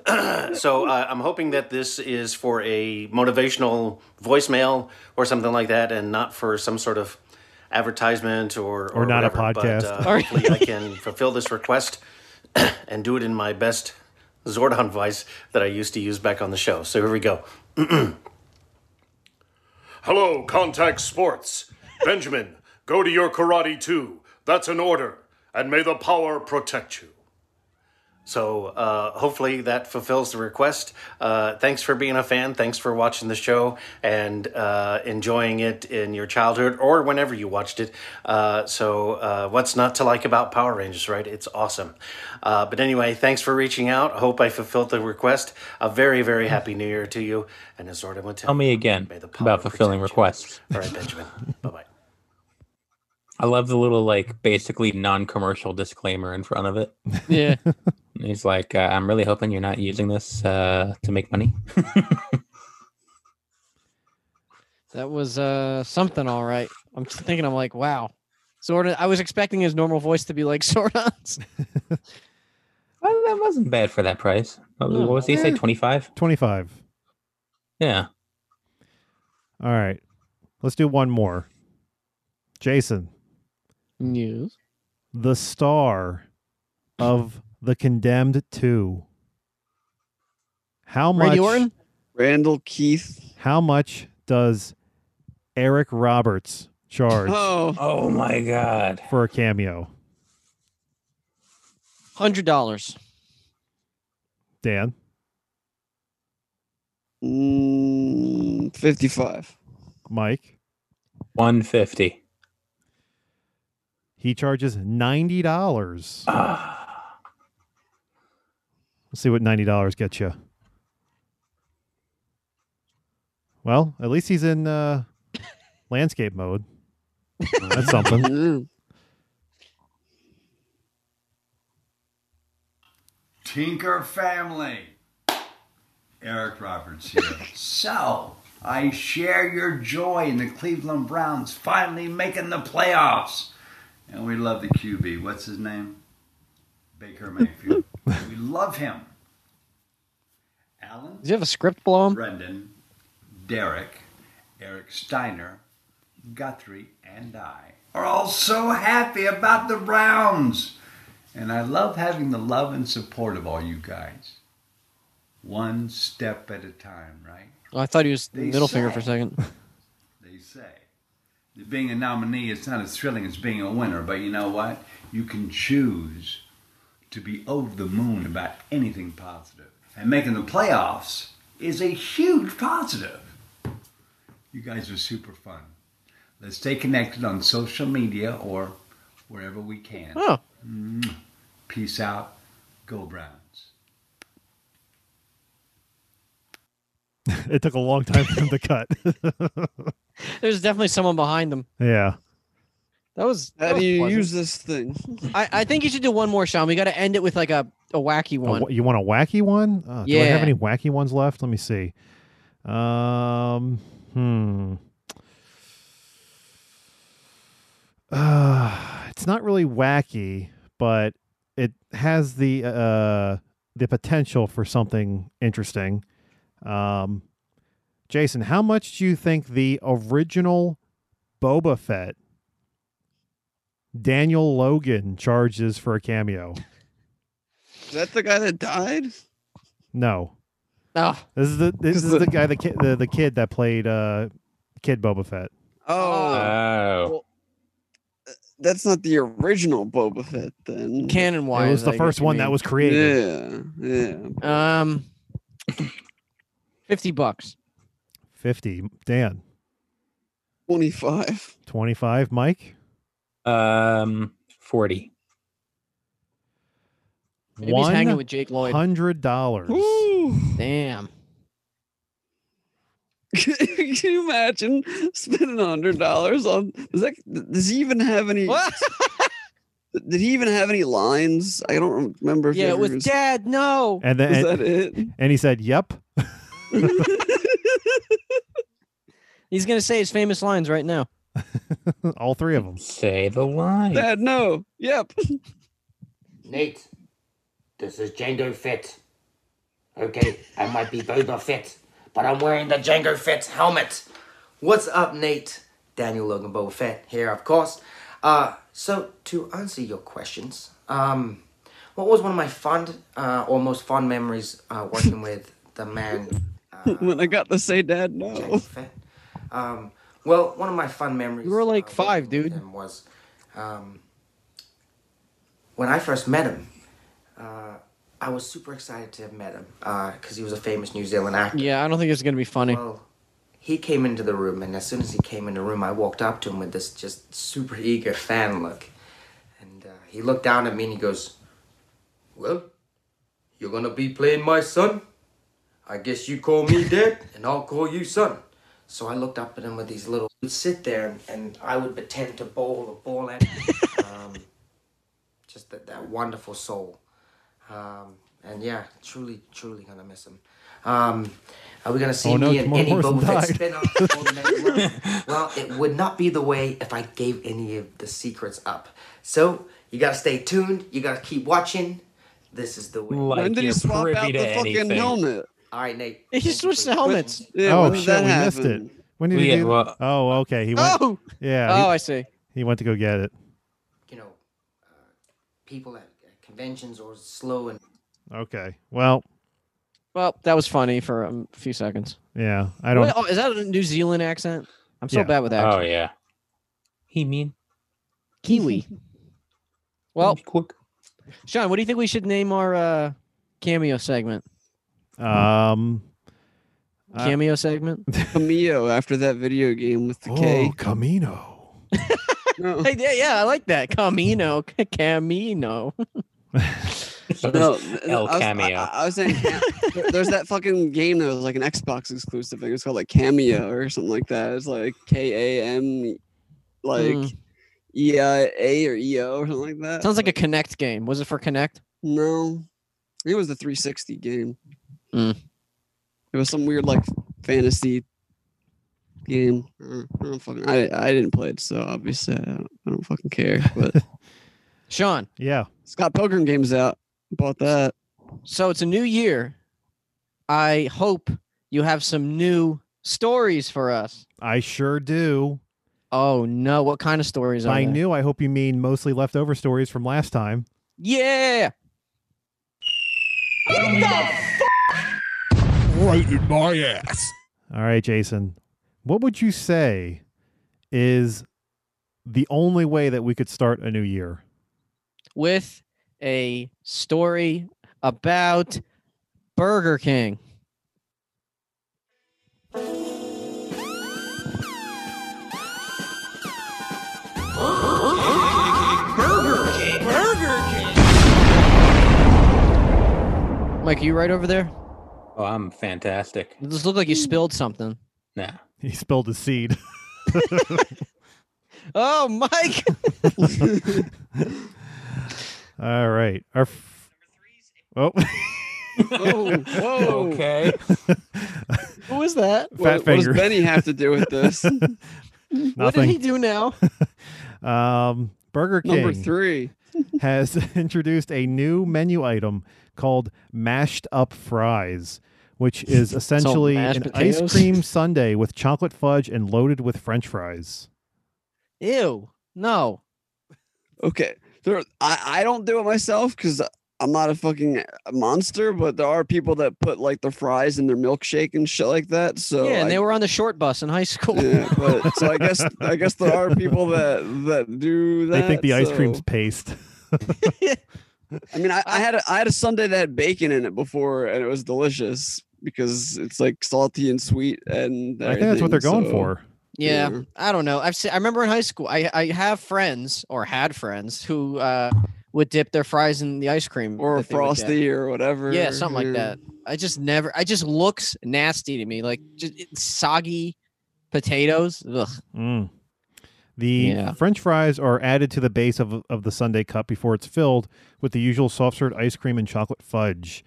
so uh, I'm hoping that this is for a motivational voicemail or something like that, and not for some sort of advertisement or
Or not a
whatever. But,
podcast.
uh, hopefully, I can fulfill this request and do it in my best Zordon voice that I used to use back on the show. So here we go.
Hello, Contact Sports. Benjamin, go to your karate too. That's an order, and may the power protect you.
So uh, hopefully that fulfills the request. Uh, thanks for being a fan. Thanks for watching the show and uh, enjoying it in your childhood or whenever you watched it. Uh, so uh, what's not to like about Power Rangers, right? It's awesome. Uh, but anyway, thanks for reaching out. Hope I fulfilled the request. A very very happy New Year to you. And as Zordon would tell,
Tell me again about fulfilling requests.
All right, Benjamin. bye bye.
I love the little like basically non-commercial disclaimer in front of it.
Yeah.
And he's like, uh, I'm really hoping you're not using this uh, to make money.
That was uh something all right. I'm just thinking I'm like, wow. Sorta I was expecting his normal voice to be like Zordon's.
well, that wasn't bad for that price. What was,
No.
what was he say?
Eh.
25?
25.
Yeah.
All right. Let's do one more. Jason.
News.
The star of The Condemned 2. How much
Randy Orton? Randall Keith.
How much does Eric Roberts charge
Oh.
Oh my god.
for a cameo?
Hundred dollars.
Dan?
Mm, 55.
Mike?
150.
He charges $90. Let's see what $90 gets you. Well, at least he's in uh, landscape mode. That's something.
Tinker family. Eric Roberts here. so, I share your joy in the Cleveland Browns finally making the playoffs. And we love the QB. What's his name? Baker Mayfield. we love him. Alan?
Does he have a script blow him?
Brendan, Derek, Eric Steiner, Guthrie, and I are all so happy about the Browns. And I love having the love and support of all you guys. One step at a time, right?
Oh, I thought he was
They
middle finger for a
say.
second.
They say that being a nominee is not as thrilling as being a winner, but you know what? You can choose to be over the moon about anything positive. And making the playoffs is a huge positive. You guys are super fun. Let's stay connected on social media or wherever we can.
Oh.
Mwah. Peace out. Go Browns.
it took a long time for him to cut.
There's definitely someone behind him.
yeah.
That was
How
that
do
was
you
pleasant.
use this thing?
I, I think you should do one more, Sean. We gotta end it with like a, a wacky
A
one.
wa- you want a wacky one? Uh, Do I
Yeah.
have any wacky ones left? Let me see. Um, hmm. Uh, it's not really wacky, but it has the uh, the potential for something interesting. Um, Jason, how much do you think the original Boba Fett Daniel Logan charges for a cameo?
Is that the guy that died?
No.
No.
This is the this is the guy the kid the, the kid that played uh Kid Boba Fett.
Oh. Well, uh, that's not the original Boba Fett then.
Canon wise.
was the first one that was created.
Yeah.
Yeah. Um fifty bucks.
Fifty. Dan.
25.
Twenty five. Mike.
Um, 40.
Maybe he's hanging with Jake Lloyd.
Hundred dollars.
Damn.
Can you imagine spending hundred dollars on? Does that? Does he even have any? Did he even have any lines? I don't remember. If he
Yeah, it
ever
was
was-
Dad, no.
And then
Is
and,
that it?
and he said, Yep.
He's gonna say his famous lines right now.
All three of them.
Say the line.
Dad, no. Yep.
Nate, this is Django Fett. Okay, I might be Boba Fett, but I'm wearing the Django Fett helmet. What's up, Nate? Daniel Logan Boba Fett here, of course. Uh, so to answer your questions, um, what was one of my fond uh, or most fond memories uh, working with the man uh,
when I got to say dad, no.
Um, well, one of my fun memories. uh,
You were like five, dude.
Was um, when I first met him. Uh, I was super excited to have met him because he was a famous New Zealand actor.
Yeah, I don't think it's gonna be funny.
Well, he came into the room, and as soon as he came in the room, I walked up to him with this just super eager fan look, and uh, he looked down at me and he goes, "Well, you're gonna be playing my son." I guess you call me dad, and I'll call you son. So I looked up at him with these little. We'd sit there, and, and I would pretend to bowl a ball at him. um, just that, that wonderful soul. Um, and yeah, truly, truly gonna miss him. Um, are we gonna see
Oh, no,
me in
Tamora
any
Morrison
Boba Fett
died.
spinoff? or the next one? well, it would not be the way if I gave any of the secrets up. So you gotta stay tuned. You gotta keep watching. This is the way.
Like When did he you're swap privy out to the fucking anything. helmet?
All right, Nate.
He switched the helmets.
oh shit, we missed it. When did he
Yeah,
do?
well-
oh, okay. He went.
Oh!
yeah.
Oh,
he-
I see.
He went to go get it.
You know, uh, people at, at conventions or slow and
Okay. Well,
Well, that was funny for um, a few seconds.
yeah. I don't.
Wait, oh, is that a New Zealand accent? I'm so
Yeah.
bad with accents.
Oh yeah. He mean
Kiwi. well, Sean, what do you think we should name our uh, cameo segment?
Um,
cameo segment.
Cameo after that video game with the K.
Oh, Camino.
Hey, yeah, yeah, I like that. Camino, Camino.
No, I was, I, I was saying yeah, there- there's that fucking game that was like an Xbox exclusive thing. It's called like Cameo or something like that. It's like K A M, like
Mm.
E I A or E O or something like that.
Sounds like a Connect game. Was it for Connect?
No, it was the 360 game.
Mm.
It was some weird like fantasy game. Uh, I don't fucking. I, I didn't play it, so obviously I don't, I don't fucking care. But
Sean.
Yeah.
Scott Pilgrim game's out. Bought that.
So it's a new year. I hope you have some new stories for us.
I sure do.
Oh no! What kind of stories are
By
they?
new, I hope you mean mostly leftover stories from last time.
Yeah.
Right in my ass. All right, Jason. What would you say is the only way that we could start a new year?
with a story about Burger King.
Burger King. Burger King.
Oh,
Mike, are you right over there?
Oh, I'm fantastic.
It just looked like you spilled something.
Nah.
He spilled his seed.
Oh, Mike.
All right. Our f- oh.
Oh, whoa.
Okay.
Who was that?
Fat What- what does finger.
Benny have to do with this?
What did he do now?
um, Burger King
Number three.
has introduced a new menu item called mashed up fries, which is essentially
mashed
an ice
potatoes?
cream sundae with chocolate fudge and loaded with French fries.
Ew. No.
Okay. There, I, I don't do it myself because I'm not a fucking monster, but there are people that put like their fries in their milkshake and shit like that. So
yeah, and
I,
they were on the short bus in high school.
yeah, but so I guess I guess there are people that that do that.
they think the ice cream's
so-
paste.
I mean, I, I had a, I had a Sunday that had bacon in it before, and it was delicious because it's like salty and sweet, and
I think that's what they're
everything,
going
so-
for.
Yeah, I don't know. I've seen, I remember in high school, I I have friends or had friends who uh, would dip their fries in the ice cream
or
that they would get.
frosty or whatever.
Yeah, something like
yeah.
that. I just never. I just looks nasty to me. Like just it- soggy potatoes. Ugh.
Mm. The
Yeah.
French fries are added to the base of, of the Sunday cup before it's filled with the usual soft serve ice cream and chocolate fudge.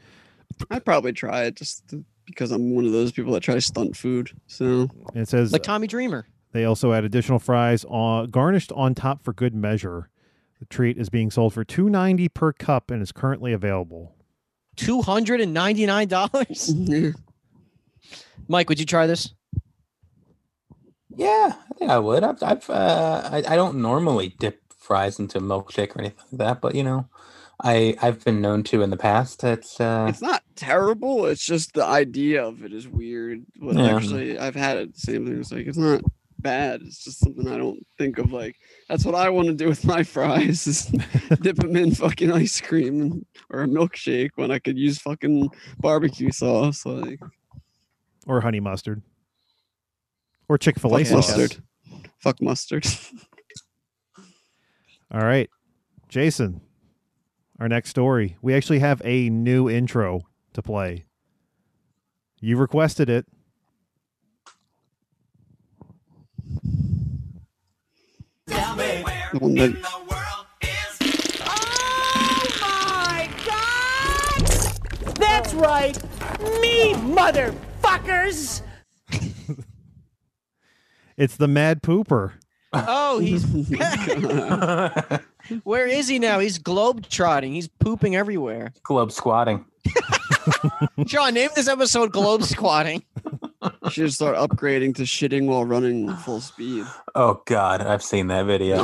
I'd probably try it just to- because I'm one of those people that try stunt food. So
And it says
Like Tommy Dreamer.
They also add additional fries on, garnished on top for good measure. The treat is being sold for two ninety per cup and is currently available.
Two hundred and ninety nine dollars.
Mm-hmm.
Mike, would you try this?
Yeah, I think I would. I've, I've uh, I, I don't normally dip fries into milkshake or anything like that, but you know, I I've been known to in the past. It's uh,
It's not terrible. It's just the idea of it is weird. But
Yeah.
actually, I've had it. Same thing. It's like it's not bad. It's just something I don't think of. Like that's what I want to do with my fries is dip them in fucking ice cream and- or a milkshake when I could use fucking barbecue sauce. Like
or honey mustard, or Chick Fil A
Fuck
sauce.
mustard. Fuck mustard.
All right, Jason, our next story. We actually have a new intro to play. You requested it.
The one that
My God! That's right, me motherfuckers.
It's the Mad Pooper.
Oh, he's where is he now? He's globe trotting. He's pooping everywhere.
Globe squatting.
John, name this episode "Globe Squatting."
should start upgrading to shitting while running full speed.
Oh God, I've seen that video.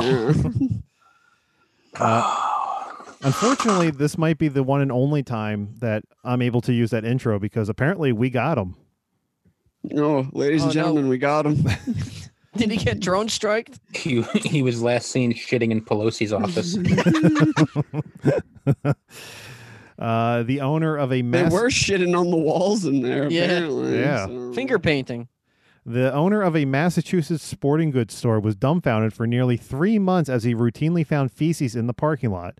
oh,
Unfortunately, this might be the one and only time that I'm able to use that intro because apparently we got him.
No, ladies
Oh, no.
and gentlemen, we got him.
Did he get drone striked?
he he was last seen shitting in Pelosi's office.
Uh, the owner of a
They
mass-
were shitting on the walls in there.
Yeah.
Apparently,
Yeah.
so-
Finger painting.
The owner of a Massachusetts sporting goods store was dumbfounded for nearly three months as he routinely found feces in the parking lot.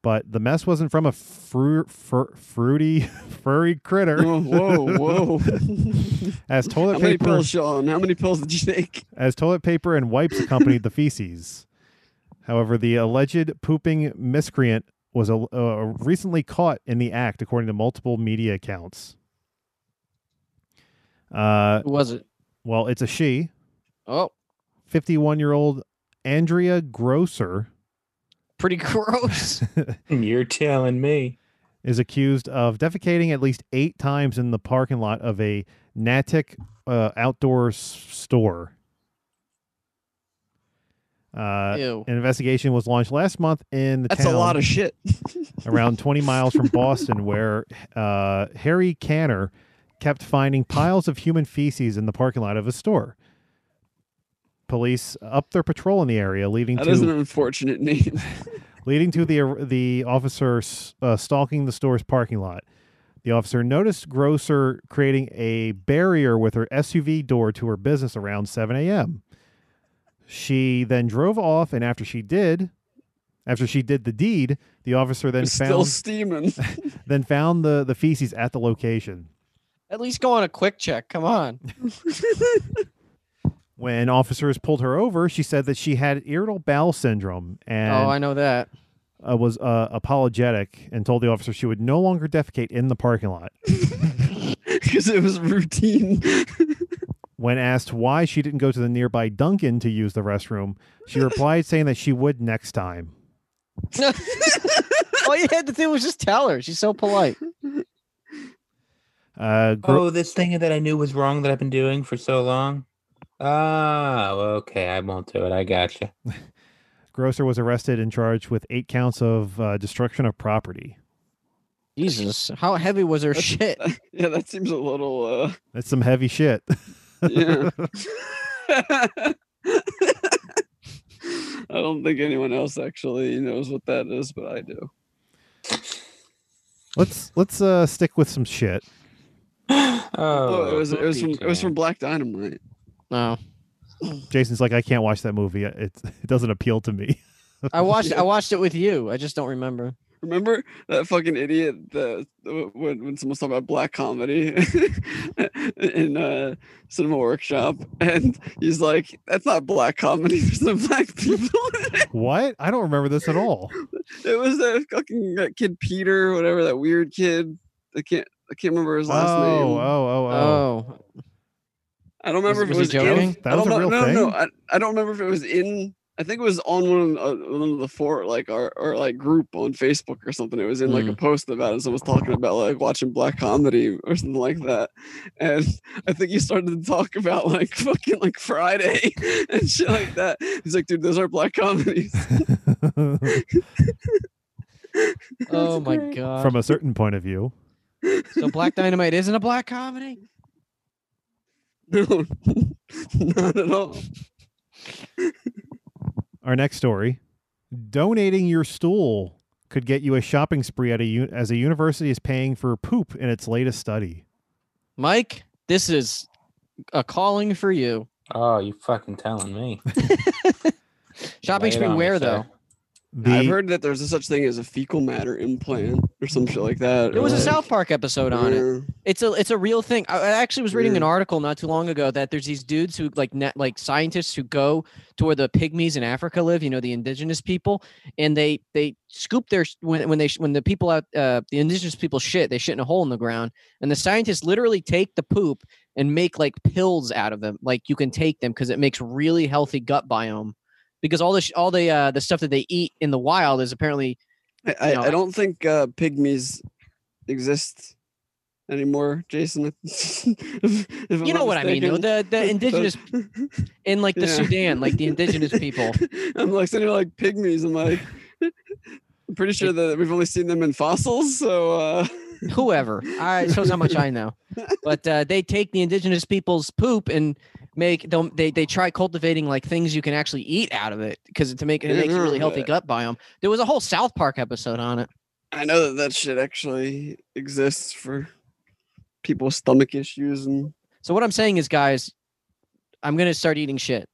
But the mess wasn't from a fru- fur- fruity, furry critter.
Whoa, Oh, whoa, whoa.
as toilet
How many
paper,
pills, Sean? How many pills did you take?
as toilet paper and wipes accompanied the feces. However, the alleged pooping miscreant was uh, uh, recently caught in the act, according to multiple media accounts. Uh,
was it?
Well, it's a she.
Oh.
51 year old Andrea Grosser
Pretty gross.
You're telling me.
is accused of defecating at least eight times in the parking lot of a Natick uh, outdoor s- store. Uh,
Ew.
An investigation was launched last month in the
That's
town
a lot of shit.
around 20 miles from Boston, where uh, Harry Canner kept finding piles of human feces in the parking lot of a store. Police upped their patrol in the area, leading
That
to
is an unfortunate name.
leading to the the officer s- uh, stalking the store's parking lot. The officer noticed Grosser creating a barrier with her SUV door to her business around 7 a.m. She then drove off, and after she did, after she did the deed, the officer then
Still
found
steaming.
then found the the feces at the location.
At least go on a quick check. Come on.
When officers pulled her over, she said that she had irritable bowel syndrome and
oh, I know that.
uh, was uh, apologetic and told the officer she would no longer defecate in the parking lot.
Because it was routine.
When asked why she didn't go to the nearby Dunkin' to use the restroom, she replied saying that she would next time.
All you had to do was just tell her. She's so polite.
Uh,
Oh, this thing that I knew was wrong that I've been doing for so long. Oh, okay. I won't do it. I gotcha.
Grosser was arrested and charged with eight counts of uh, destruction of property.
Jesus, how heavy was her shit?
yeah, that seems a little. uh
That's some heavy shit.
Yeah. I don't think anyone else actually knows what that is, but I do.
let's let's uh, stick with some shit.
Oh, it was it was from it was from Black Dynamite.
No.
Jason's like, I can't watch that movie. It it doesn't appeal to me.
I watched. I watched it with you. I just don't remember.
Remember that fucking idiot that uh, when, when someone's talking about black comedy in uh, cinema workshop, and he's like, "That's not black comedy. There's no black people."
what? I don't remember this at all.
it was that fucking that kid Peter, whatever that weird kid. I can't I can't remember his last
oh,
name.
oh, oh, oh,
I don't remember
Was- was
if
he
it was in-
joking? That
I
was
don't know-
a real
no, No,
thing?
I, I don't remember if it was in. I think it was on one of, the- uh, one of the four like our or like group on Facebook or something. It was in like a post about it. Someone was talking about like watching black comedy or something like that, and I think he started to talk about like fucking like Friday and shit like that. He's like, dude, those are black comedies.
Oh my god.
From a certain point of view,
so Black Dynamite isn't a black comedy?
No. Not at all.
our next story: donating your stool could get you a shopping spree at a u- as a university is paying for poop in its latest study.
Mike, this is a calling for you.
Oh, you fucking telling me.
Shopping
Lay it
spree
on me,
where
sir.
though?
I've heard that there's a such thing as a fecal matter implant or some shit like that.
There was a
or, like-
South Park episode on it. It's a it's a real thing. I, I actually was reading an article not too long ago that there's these dudes who like net like scientists who go to where the pygmies in Africa live. You know the indigenous people, and they they scoop their sh- when when they sh- when the people out uh, the indigenous people shit they shit in a hole in the ground, and the scientists literally take the poop and make like pills out of them. Like you can take them because it makes really healthy gut biome. Because all the sh- all the uh, the stuff that they eat in the wild is apparently
I, I,
you know,
I don't think uh, pygmies exist anymore, Jason.
you know what I mean, though. The the indigenous in like the
Yeah.
Sudan, like the indigenous people.
I'm like sitting here like pygmies. I'm like, I'm pretty sure that we've only seen them in fossils. So uh,
whoever I shows how much I know. But uh, they take the indigenous people's poop and make them. They they try cultivating like things you can actually eat out of it because to make it
Yeah,
makes a really healthy
but-
gut biome. There was a whole South Park episode on it.
I know that that shit actually exists for people with stomach issues and.
So what I'm saying is, guys, I'm gonna start eating shit.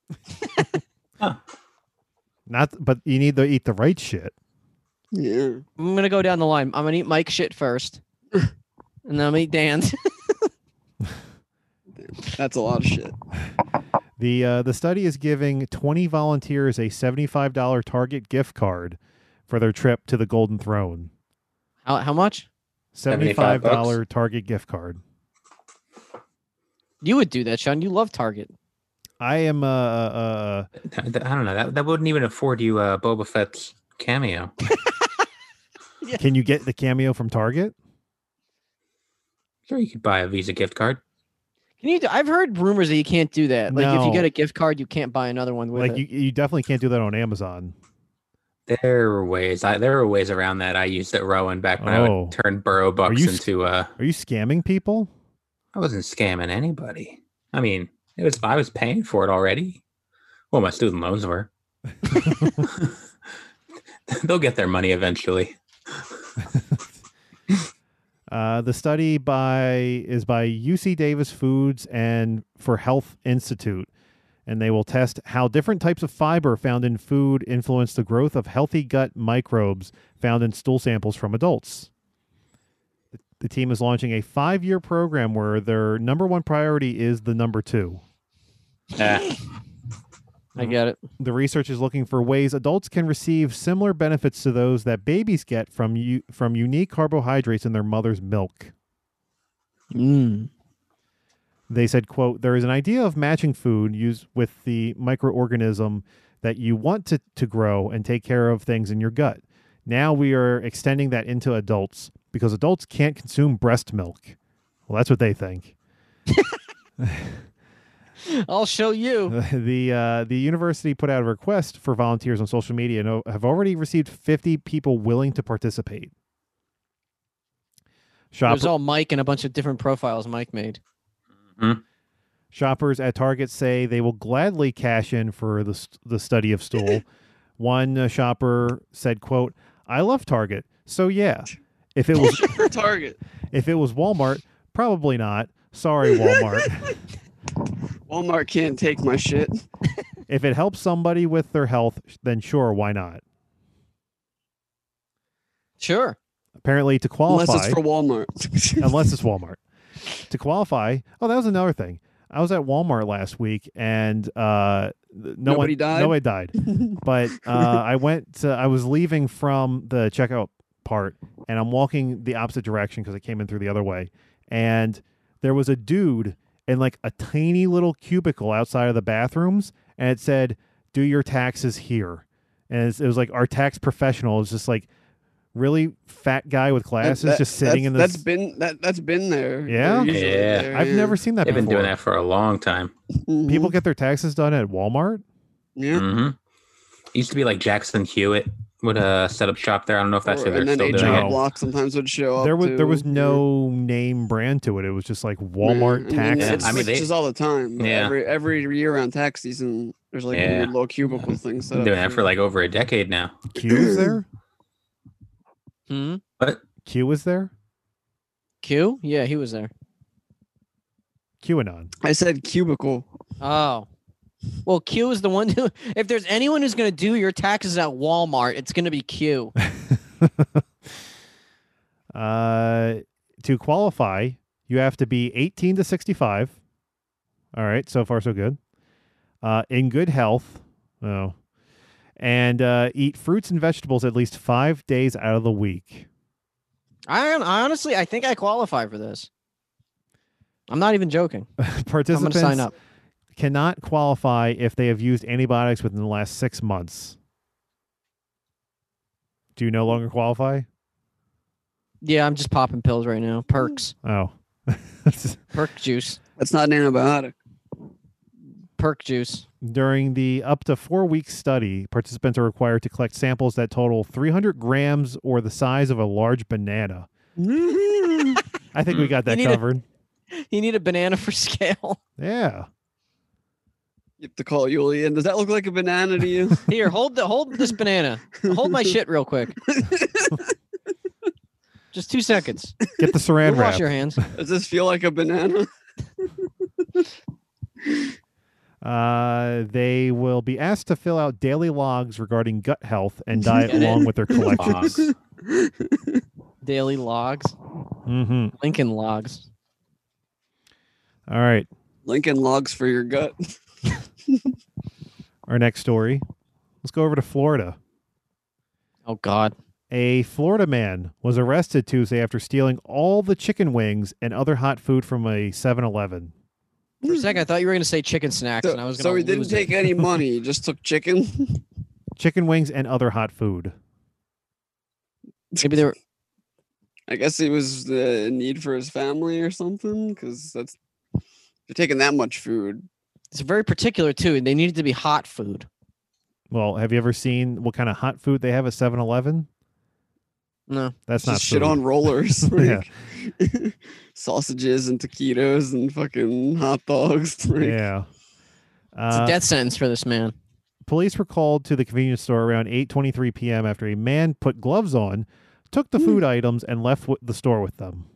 Not, but you need to eat the right shit.
Yeah.
I'm gonna go down the line. I'm gonna eat Mike's shit first, and then I'm gonna eat Dan's.
That's a lot of shit.
The uh, the study is giving 20 volunteers a $75 Target gift card for their trip to the Golden Throne.
How, how much?
$75
$75
Target gift card.
You would do that, Sean. You love Target.
I am uh, uh
I don't know. That, that wouldn't even afford you uh, Boba Fett's cameo.
Can you get the cameo from Target?
Sure, you could buy a Visa gift card.
Can you? Do, I've heard rumors that you can't do that. Like if you get
No.
a gift card, you can't buy another one with
Like
it.
you you definitely can't do that on Amazon.
There are ways. I, there are ways around that. I used it, Rowan, back when I
Oh.
would turn Burrow bucks
you
into. Uh,
Are you scamming people?
I wasn't scamming anybody. I mean, it was. I was paying for it already. Well, my student loans were. They'll get their money eventually.
Uh, the study by is by UC Davis Foods and for Health Institute, and they will test how different types of fiber found in food influence the growth of healthy gut microbes found in stool samples from adults. The- The team is launching a five-year program where their number one priority is the number two.
I get it.
The research is looking for ways adults can receive similar benefits to those that babies get from u- from unique carbohydrates in their mother's milk.
Mm.
They said, "quote There is an idea of matching food used with the microorganism that you want to to grow and take care of things in your gut. Now we are extending that into adults because adults can't consume breast milk. Well, that's what they think."
I'll show you.
the uh, the university put out a request for volunteers on social media and o- have already received 50 people willing to participate.
It was
Shopper-
all Mike and a bunch of different profiles Mike made.
Shoppers at Target say they will gladly cash in for the st- the study of stool. One uh, shopper said, "quote I love Target, so yeah. If it was
for Target,
if it was Walmart, probably not. Sorry, Walmart.
Walmart can't take my shit.
if it helps somebody with their health, then sure, why not?
Sure.
Apparently, to qualify,
Unless it's for Walmart.
unless it's Walmart. To qualify, oh, that was another thing. I was at Walmart last week, and uh, th- no
Nobody
one,
died?
nobody died. but uh, I went. To, I was leaving from the checkout part, and I'm walking the opposite direction because I came in through the other way, and there was a dude in like a tiny little cubicle outside of the bathrooms, and it said, "Do your taxes here." And it's- it was like our tax professional is just like really fat guy with glasses
That-
just sitting
that's-
in this.
That's been that that's been there.
yeah,
They're usually there,
I've
yeah.
never seen that.
They've been
before.
doing that for a long time.
Mm-hmm.
People get their taxes done at Walmart.
Yeah.
hmm Used to be like Jackson Hewitt would uh, set up shop there. I don't know if that's
Or-
if they're
and then
still
H
doing it.
Block sometimes would show up.
There was there was
too.
no name brand to it. It was just like
I
Walmart
mean,
taxes.
It switches all the time.
Yeah.
Every every year around tax season, there's like
Yeah.
weird little cubicle things. set
Been
up
doing that for like over a decade now.
Q was there.
Hmm?
What?
Q was there.
Q? Yeah, he was there.
QAnon.
I said cubicle.
Oh. Well, Q is the one who, if there's anyone who's going to do your taxes at Walmart, it's going to be Q.
Uh, to qualify, you have to be 18 to 65. All right, so far so good. Uh, in good health. Oh. And uh, eat fruits and vegetables at least five days out of the week.
I, hon- I honestly, I think I qualify for this. I'm not even joking.
Participants
sign up.
cannot qualify if they have used antibiotics within the last six months. Do you no longer qualify?
Yeah, I'm just popping pills right now. Perks,
Oh.
perk juice,
That's not an antibiotic.
perk juice.
During the up to four week study, participants are required to collect samples that total 300 grams or the size of a large banana. I think we
You
got that
need a-
covered.
You need a banana for scale.
yeah.
You have to call Julian. Does that look like a banana to you?
Here, hold the hold this banana. Hold my shit real quick. Just two seconds.
Get the saran
Wash
wrap.
your hands.
Does this feel like a banana?
Uh, they will be asked to fill out daily logs regarding gut health and diet
Get it?
along with their collections.
Daily logs.
Mm-hmm.
Lincoln logs.
All right.
Lincoln logs for your gut.
our next story. Let's go over to Florida.
Oh God.
A Florida man was arrested Tuesday after stealing all the chicken wings and other hot food from a 7-Eleven.
For a second, I thought you were gonna say chicken snacks,
So,
and I was gonna.
so he didn't
lose
take
it.
any money. He just took chicken.
Chicken wings and other hot food.
Maybe they were.
I guess he was uh, in need for his family or something. Because that's if you're taking that much food.
It's very particular too, and they needed to be hot food.
Well, have you ever seen what kind of hot food they have at 7-Eleven?
No,
That's
just
not
shit
food.
on rollers.
Yeah.
like, Sausages and taquitos and fucking hot dogs. like-
yeah.
It's
Uh,
a death sentence for this man.
Police were called to the convenience store around 8:23 p.m. after a man put gloves on, took the
Hmm.
food items, and left wi- the store with them.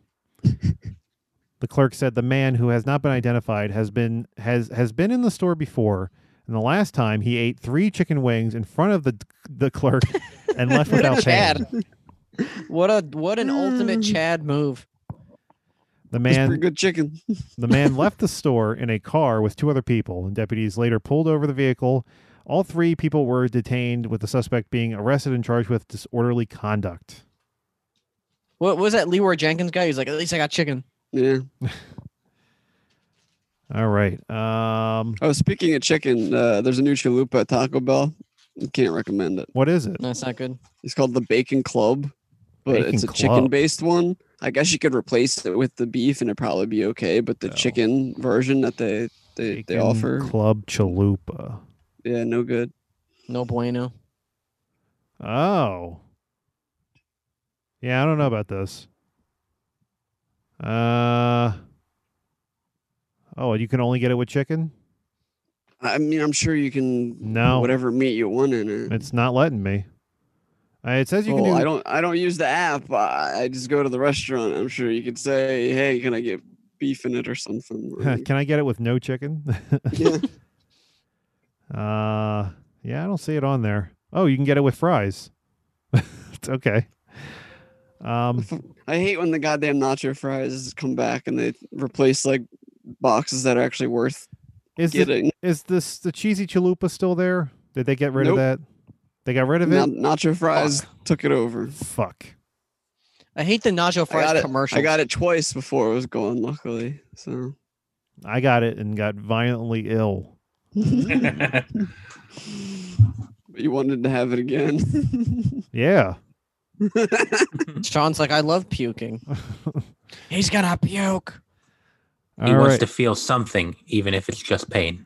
the clerk said the man who has not been identified has been has has been in the store before, and the last time he ate three chicken wings in front of the the clerk and left
What a
without paying.
Chad. What a what an ultimate
Mm.
Chad move.
The
It's pretty
man
good chicken.
The man left the store in a car with two other people, and deputies later pulled over the vehicle. All three people were detained, with the suspect being arrested and charged with disorderly conduct.
What was that Leroy Jenkins guy? He's like, at least I got chicken.
Yeah.
All right. Um,
Oh, speaking of chicken, uh, there's a new chalupa at Taco Bell. Can't recommend it.
what is it?
That's not good.
It's called the Bacon Club, but
Bacon
it's a
Club.
chicken-based one. I guess you could replace it with the beef, and it'd probably be okay. But the chicken version that they they, they
Chicken
offer,
Club Chalupa.
yeah, no good.
No bueno.
Oh. Yeah, I don't know about this. Uh. Oh, you can only get it with chicken.
I mean, I'm sure you can put
No.
whatever meat you want in it.
It's not letting me. Uh, it says you
Well,
can do.
I don't I don't use the app. I, I just go to the restaurant. I'm sure you could say, "Hey, can I get beef in it or something?" or-
Can I get it with no chicken?
yeah.
Uh, yeah, I don't see it on there. Oh, you can get it with fries. it's okay. Um,
I hate when the goddamn nacho fries come back and they replace like boxes that are actually worth
is
getting.
the, is this the cheesy chalupa still there? Did they get rid of that?
Nope.
They got rid of
Na-
it.
nacho fries took it over.
Fuck.
I hate the nacho
I got
fries
it.
commercial.
I got it twice before it was gone. Luckily, so
I got it and got violently ill.
But you wanted to have it again.
Yeah.
Sean's like, I love puking. He's gonna puke.
He
All
wants
right.
to feel something, even if it's just pain.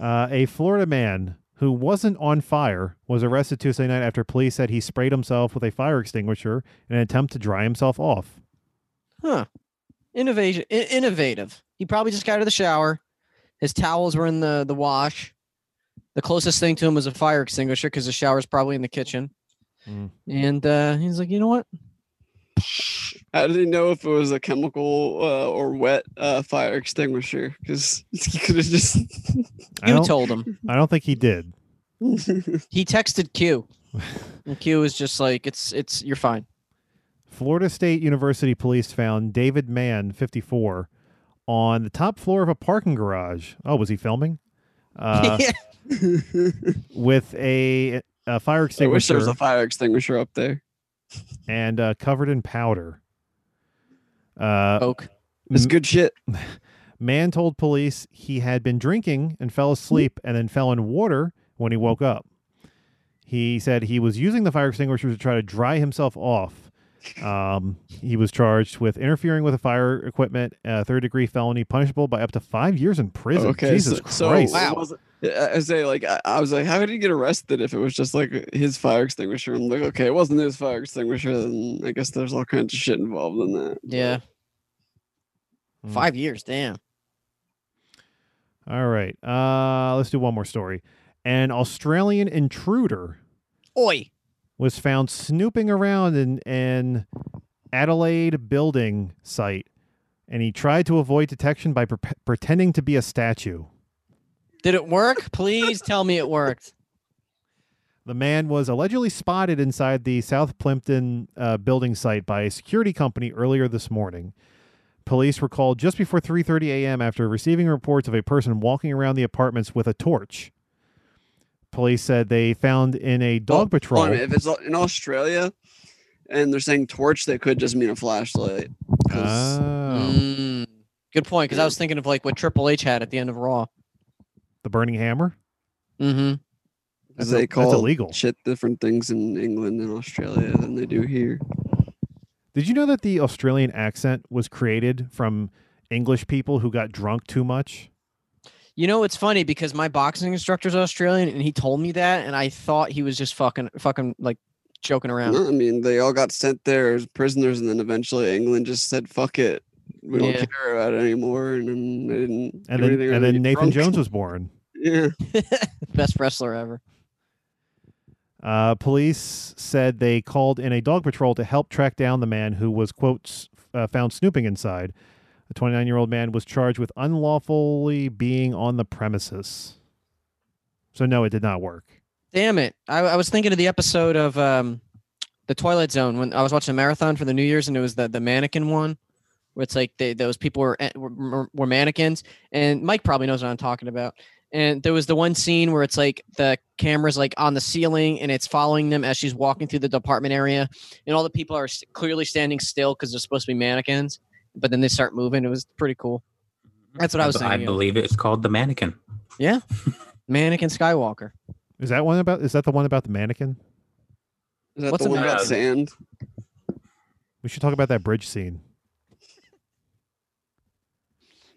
Uh, a Florida man who wasn't on fire was arrested Tuesday night after police said he sprayed himself with a fire extinguisher in an attempt to dry himself off.
Huh. Innovation. i- innovative. He probably just got out of the shower. His towels were in the, the wash. The closest thing to him was a fire extinguisher because the shower's probably in the kitchen. And uh, he's like, you know what?
How did he know if it was a chemical uh, or wet uh, fire extinguisher? Because he could have just.
I don't- I don't think he did.
he texted Q. And Q was just like, it's it's you're fine.
Florida State University police found David Mann, 54, on the top floor of a parking garage. Oh, was he filming? Uh, with a, a fire
I
extinguisher.
wish there was a fire extinguisher up there.
and uh, covered in powder. Uh,
Oak.
It's
good shit.
Man told police he had been drinking and fell asleep and then fell in water when he woke up. He said he was using the fire extinguisher to try to dry himself off. Um, he was charged with interfering with a fire equipment, a third degree felony punishable by up to five years in prison. Jesus
so,
Christ.
So it wasn't- I I say, like, I, I was like, how did he get arrested if it was just like his fire extinguisher? I'm like, okay, it wasn't his fire extinguisher. Then I guess there's all kinds of shit involved in that.
Yeah. Five years, damn.
All right. Uh, let's do one more story. An Australian intruder
Oi.
was found snooping around in an Adelaide building site, and he tried to avoid detection by pre- pretending to be a statue.
Did it work? Please tell me it worked.
The man was allegedly spotted inside the South Plimpton uh, building site by a security company earlier this morning. Police were called just before 3:30 a.m. after receiving reports of a person walking around the apartments with a torch. Police said they found in a dog patrol.
Hold on a minute, if it's au- in Australia and they're saying torch, they could just mean a flashlight. 'Cause-
Ah, Oh.
Mm, good point, because I was thinking of like what Triple H had at the end of Raw.
The burning hammer.
Mm-hmm.
That's
they
a- that's
call
illegal.
shit different things in England and Australia than they do here.
Did you know that the Australian accent was created from English people who got drunk too much?
You know, it's funny because my boxing instructor's Australian, and he told me that, and I thought he was just fucking, fucking like joking around.
No, I mean, they all got sent there as prisoners, and then eventually England just said, "Fuck it, we don't
Yeah.
care about it anymore," and then they didn't.
And
do
then,
anything or
and
they get
then Nathan
drunk.
Jones was born.
Yeah.
Best wrestler ever.
Uh, police said they called in a dog patrol to help track down the man who was, quote, s- uh, found snooping inside. The 29 year old man was charged with unlawfully being on the premises. So, no, it did not work.
Damn it. I, I was thinking of the episode of um, The Twilight Zone when I was watching a marathon for the New Year's and it was the, the mannequin one where it's like they, those people were, a- were, were mannequins. And Mike probably knows what I'm talking about. And there was the one scene where it's like the camera's like on the ceiling and it's following them as she's walking through the department area. And all the people are s- clearly standing still because they're supposed to be mannequins, but then they start moving. It was pretty cool. That's what Mm-hmm. I was
I
thinking. of.
believe it's called the mannequin.
Yeah. Mannequin Skywalker.
Is that one about? Is that the one about the mannequin?
Is that
What's
the
a
one about
man-
sand?
We should talk about that bridge scene.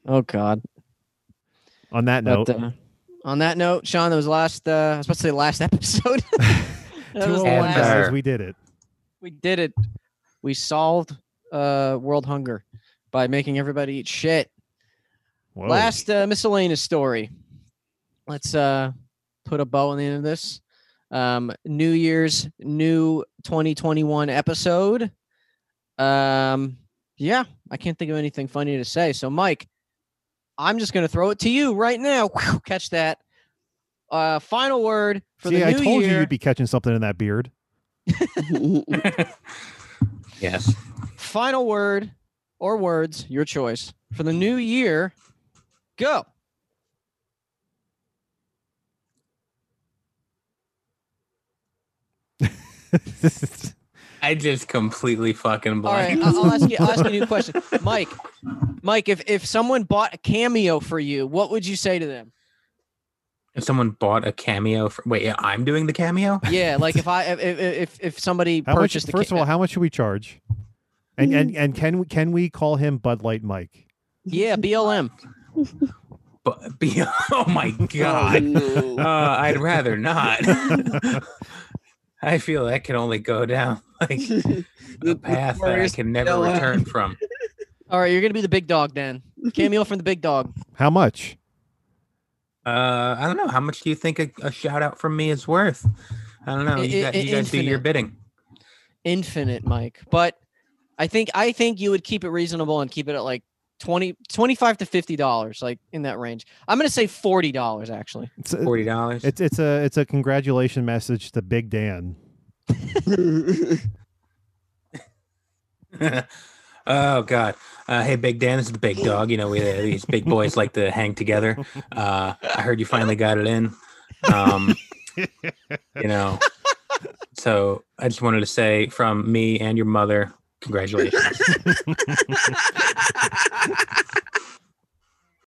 Oh God.
On that note,
But, uh, on that note, Sean, that was last. Uh, I was about to say last episode. that
two
was
oh
the
one, guys,
last.
we did it.
We did it. We solved uh, world hunger by making everybody eat shit.
Whoa.
Last uh, miscellaneous story. Let's uh, put a bow on the end of this. Um, New Year's, new 2021 episode. Um, yeah, I can't think of anything funny to say. So, Mike, I'm just going to throw it to you right now. Catch that. Uh, final word for
See,
the
I
new
told you
year.
you'd be catching something in that beard.
Yes.
Final word or words, your choice for the new year. Go.
I just completely fucking
All right,
blanked.
I- I'll ask you. I'll ask you a new question, Mike. Mike, if if someone bought a cameo for you, what would you say to them?
If someone bought a cameo, for, wait, yeah, I'm doing the cameo.
Yeah, like if I if if- if if somebody
How much?
purchased a
First of
ca-
all, how much should we charge? And and and can we can we call him Bud Light Mike?
yeah, BLM.
But be, oh my god, uh, I'd rather not. I feel that can only go down like a path that I
forest
can never
yellow.
return from.
All right, you're gonna be the big dog, Dan. Cameo from the big dog.
How much?
Uh, I don't know. How much do you think a, a shout out from me is worth? I don't know. You,
I-
got,
I-
you guys do your
infinite.
bidding.
Infinite, Mike. But I think I think you would keep it reasonable and keep it at like 20 25 to 50 dollars like in that range i'm gonna say 40 dollars actually
It's a-
Forty dollars.
It's it's a it's a congratulation message to Big Dan.
oh God. Uh, hey, Big Dan, this is the big dog. You know, we uh, these big boys like to hang together. Uh, I heard you finally got it in. Um, you know, so I just wanted to say from me and your mother, congratulations.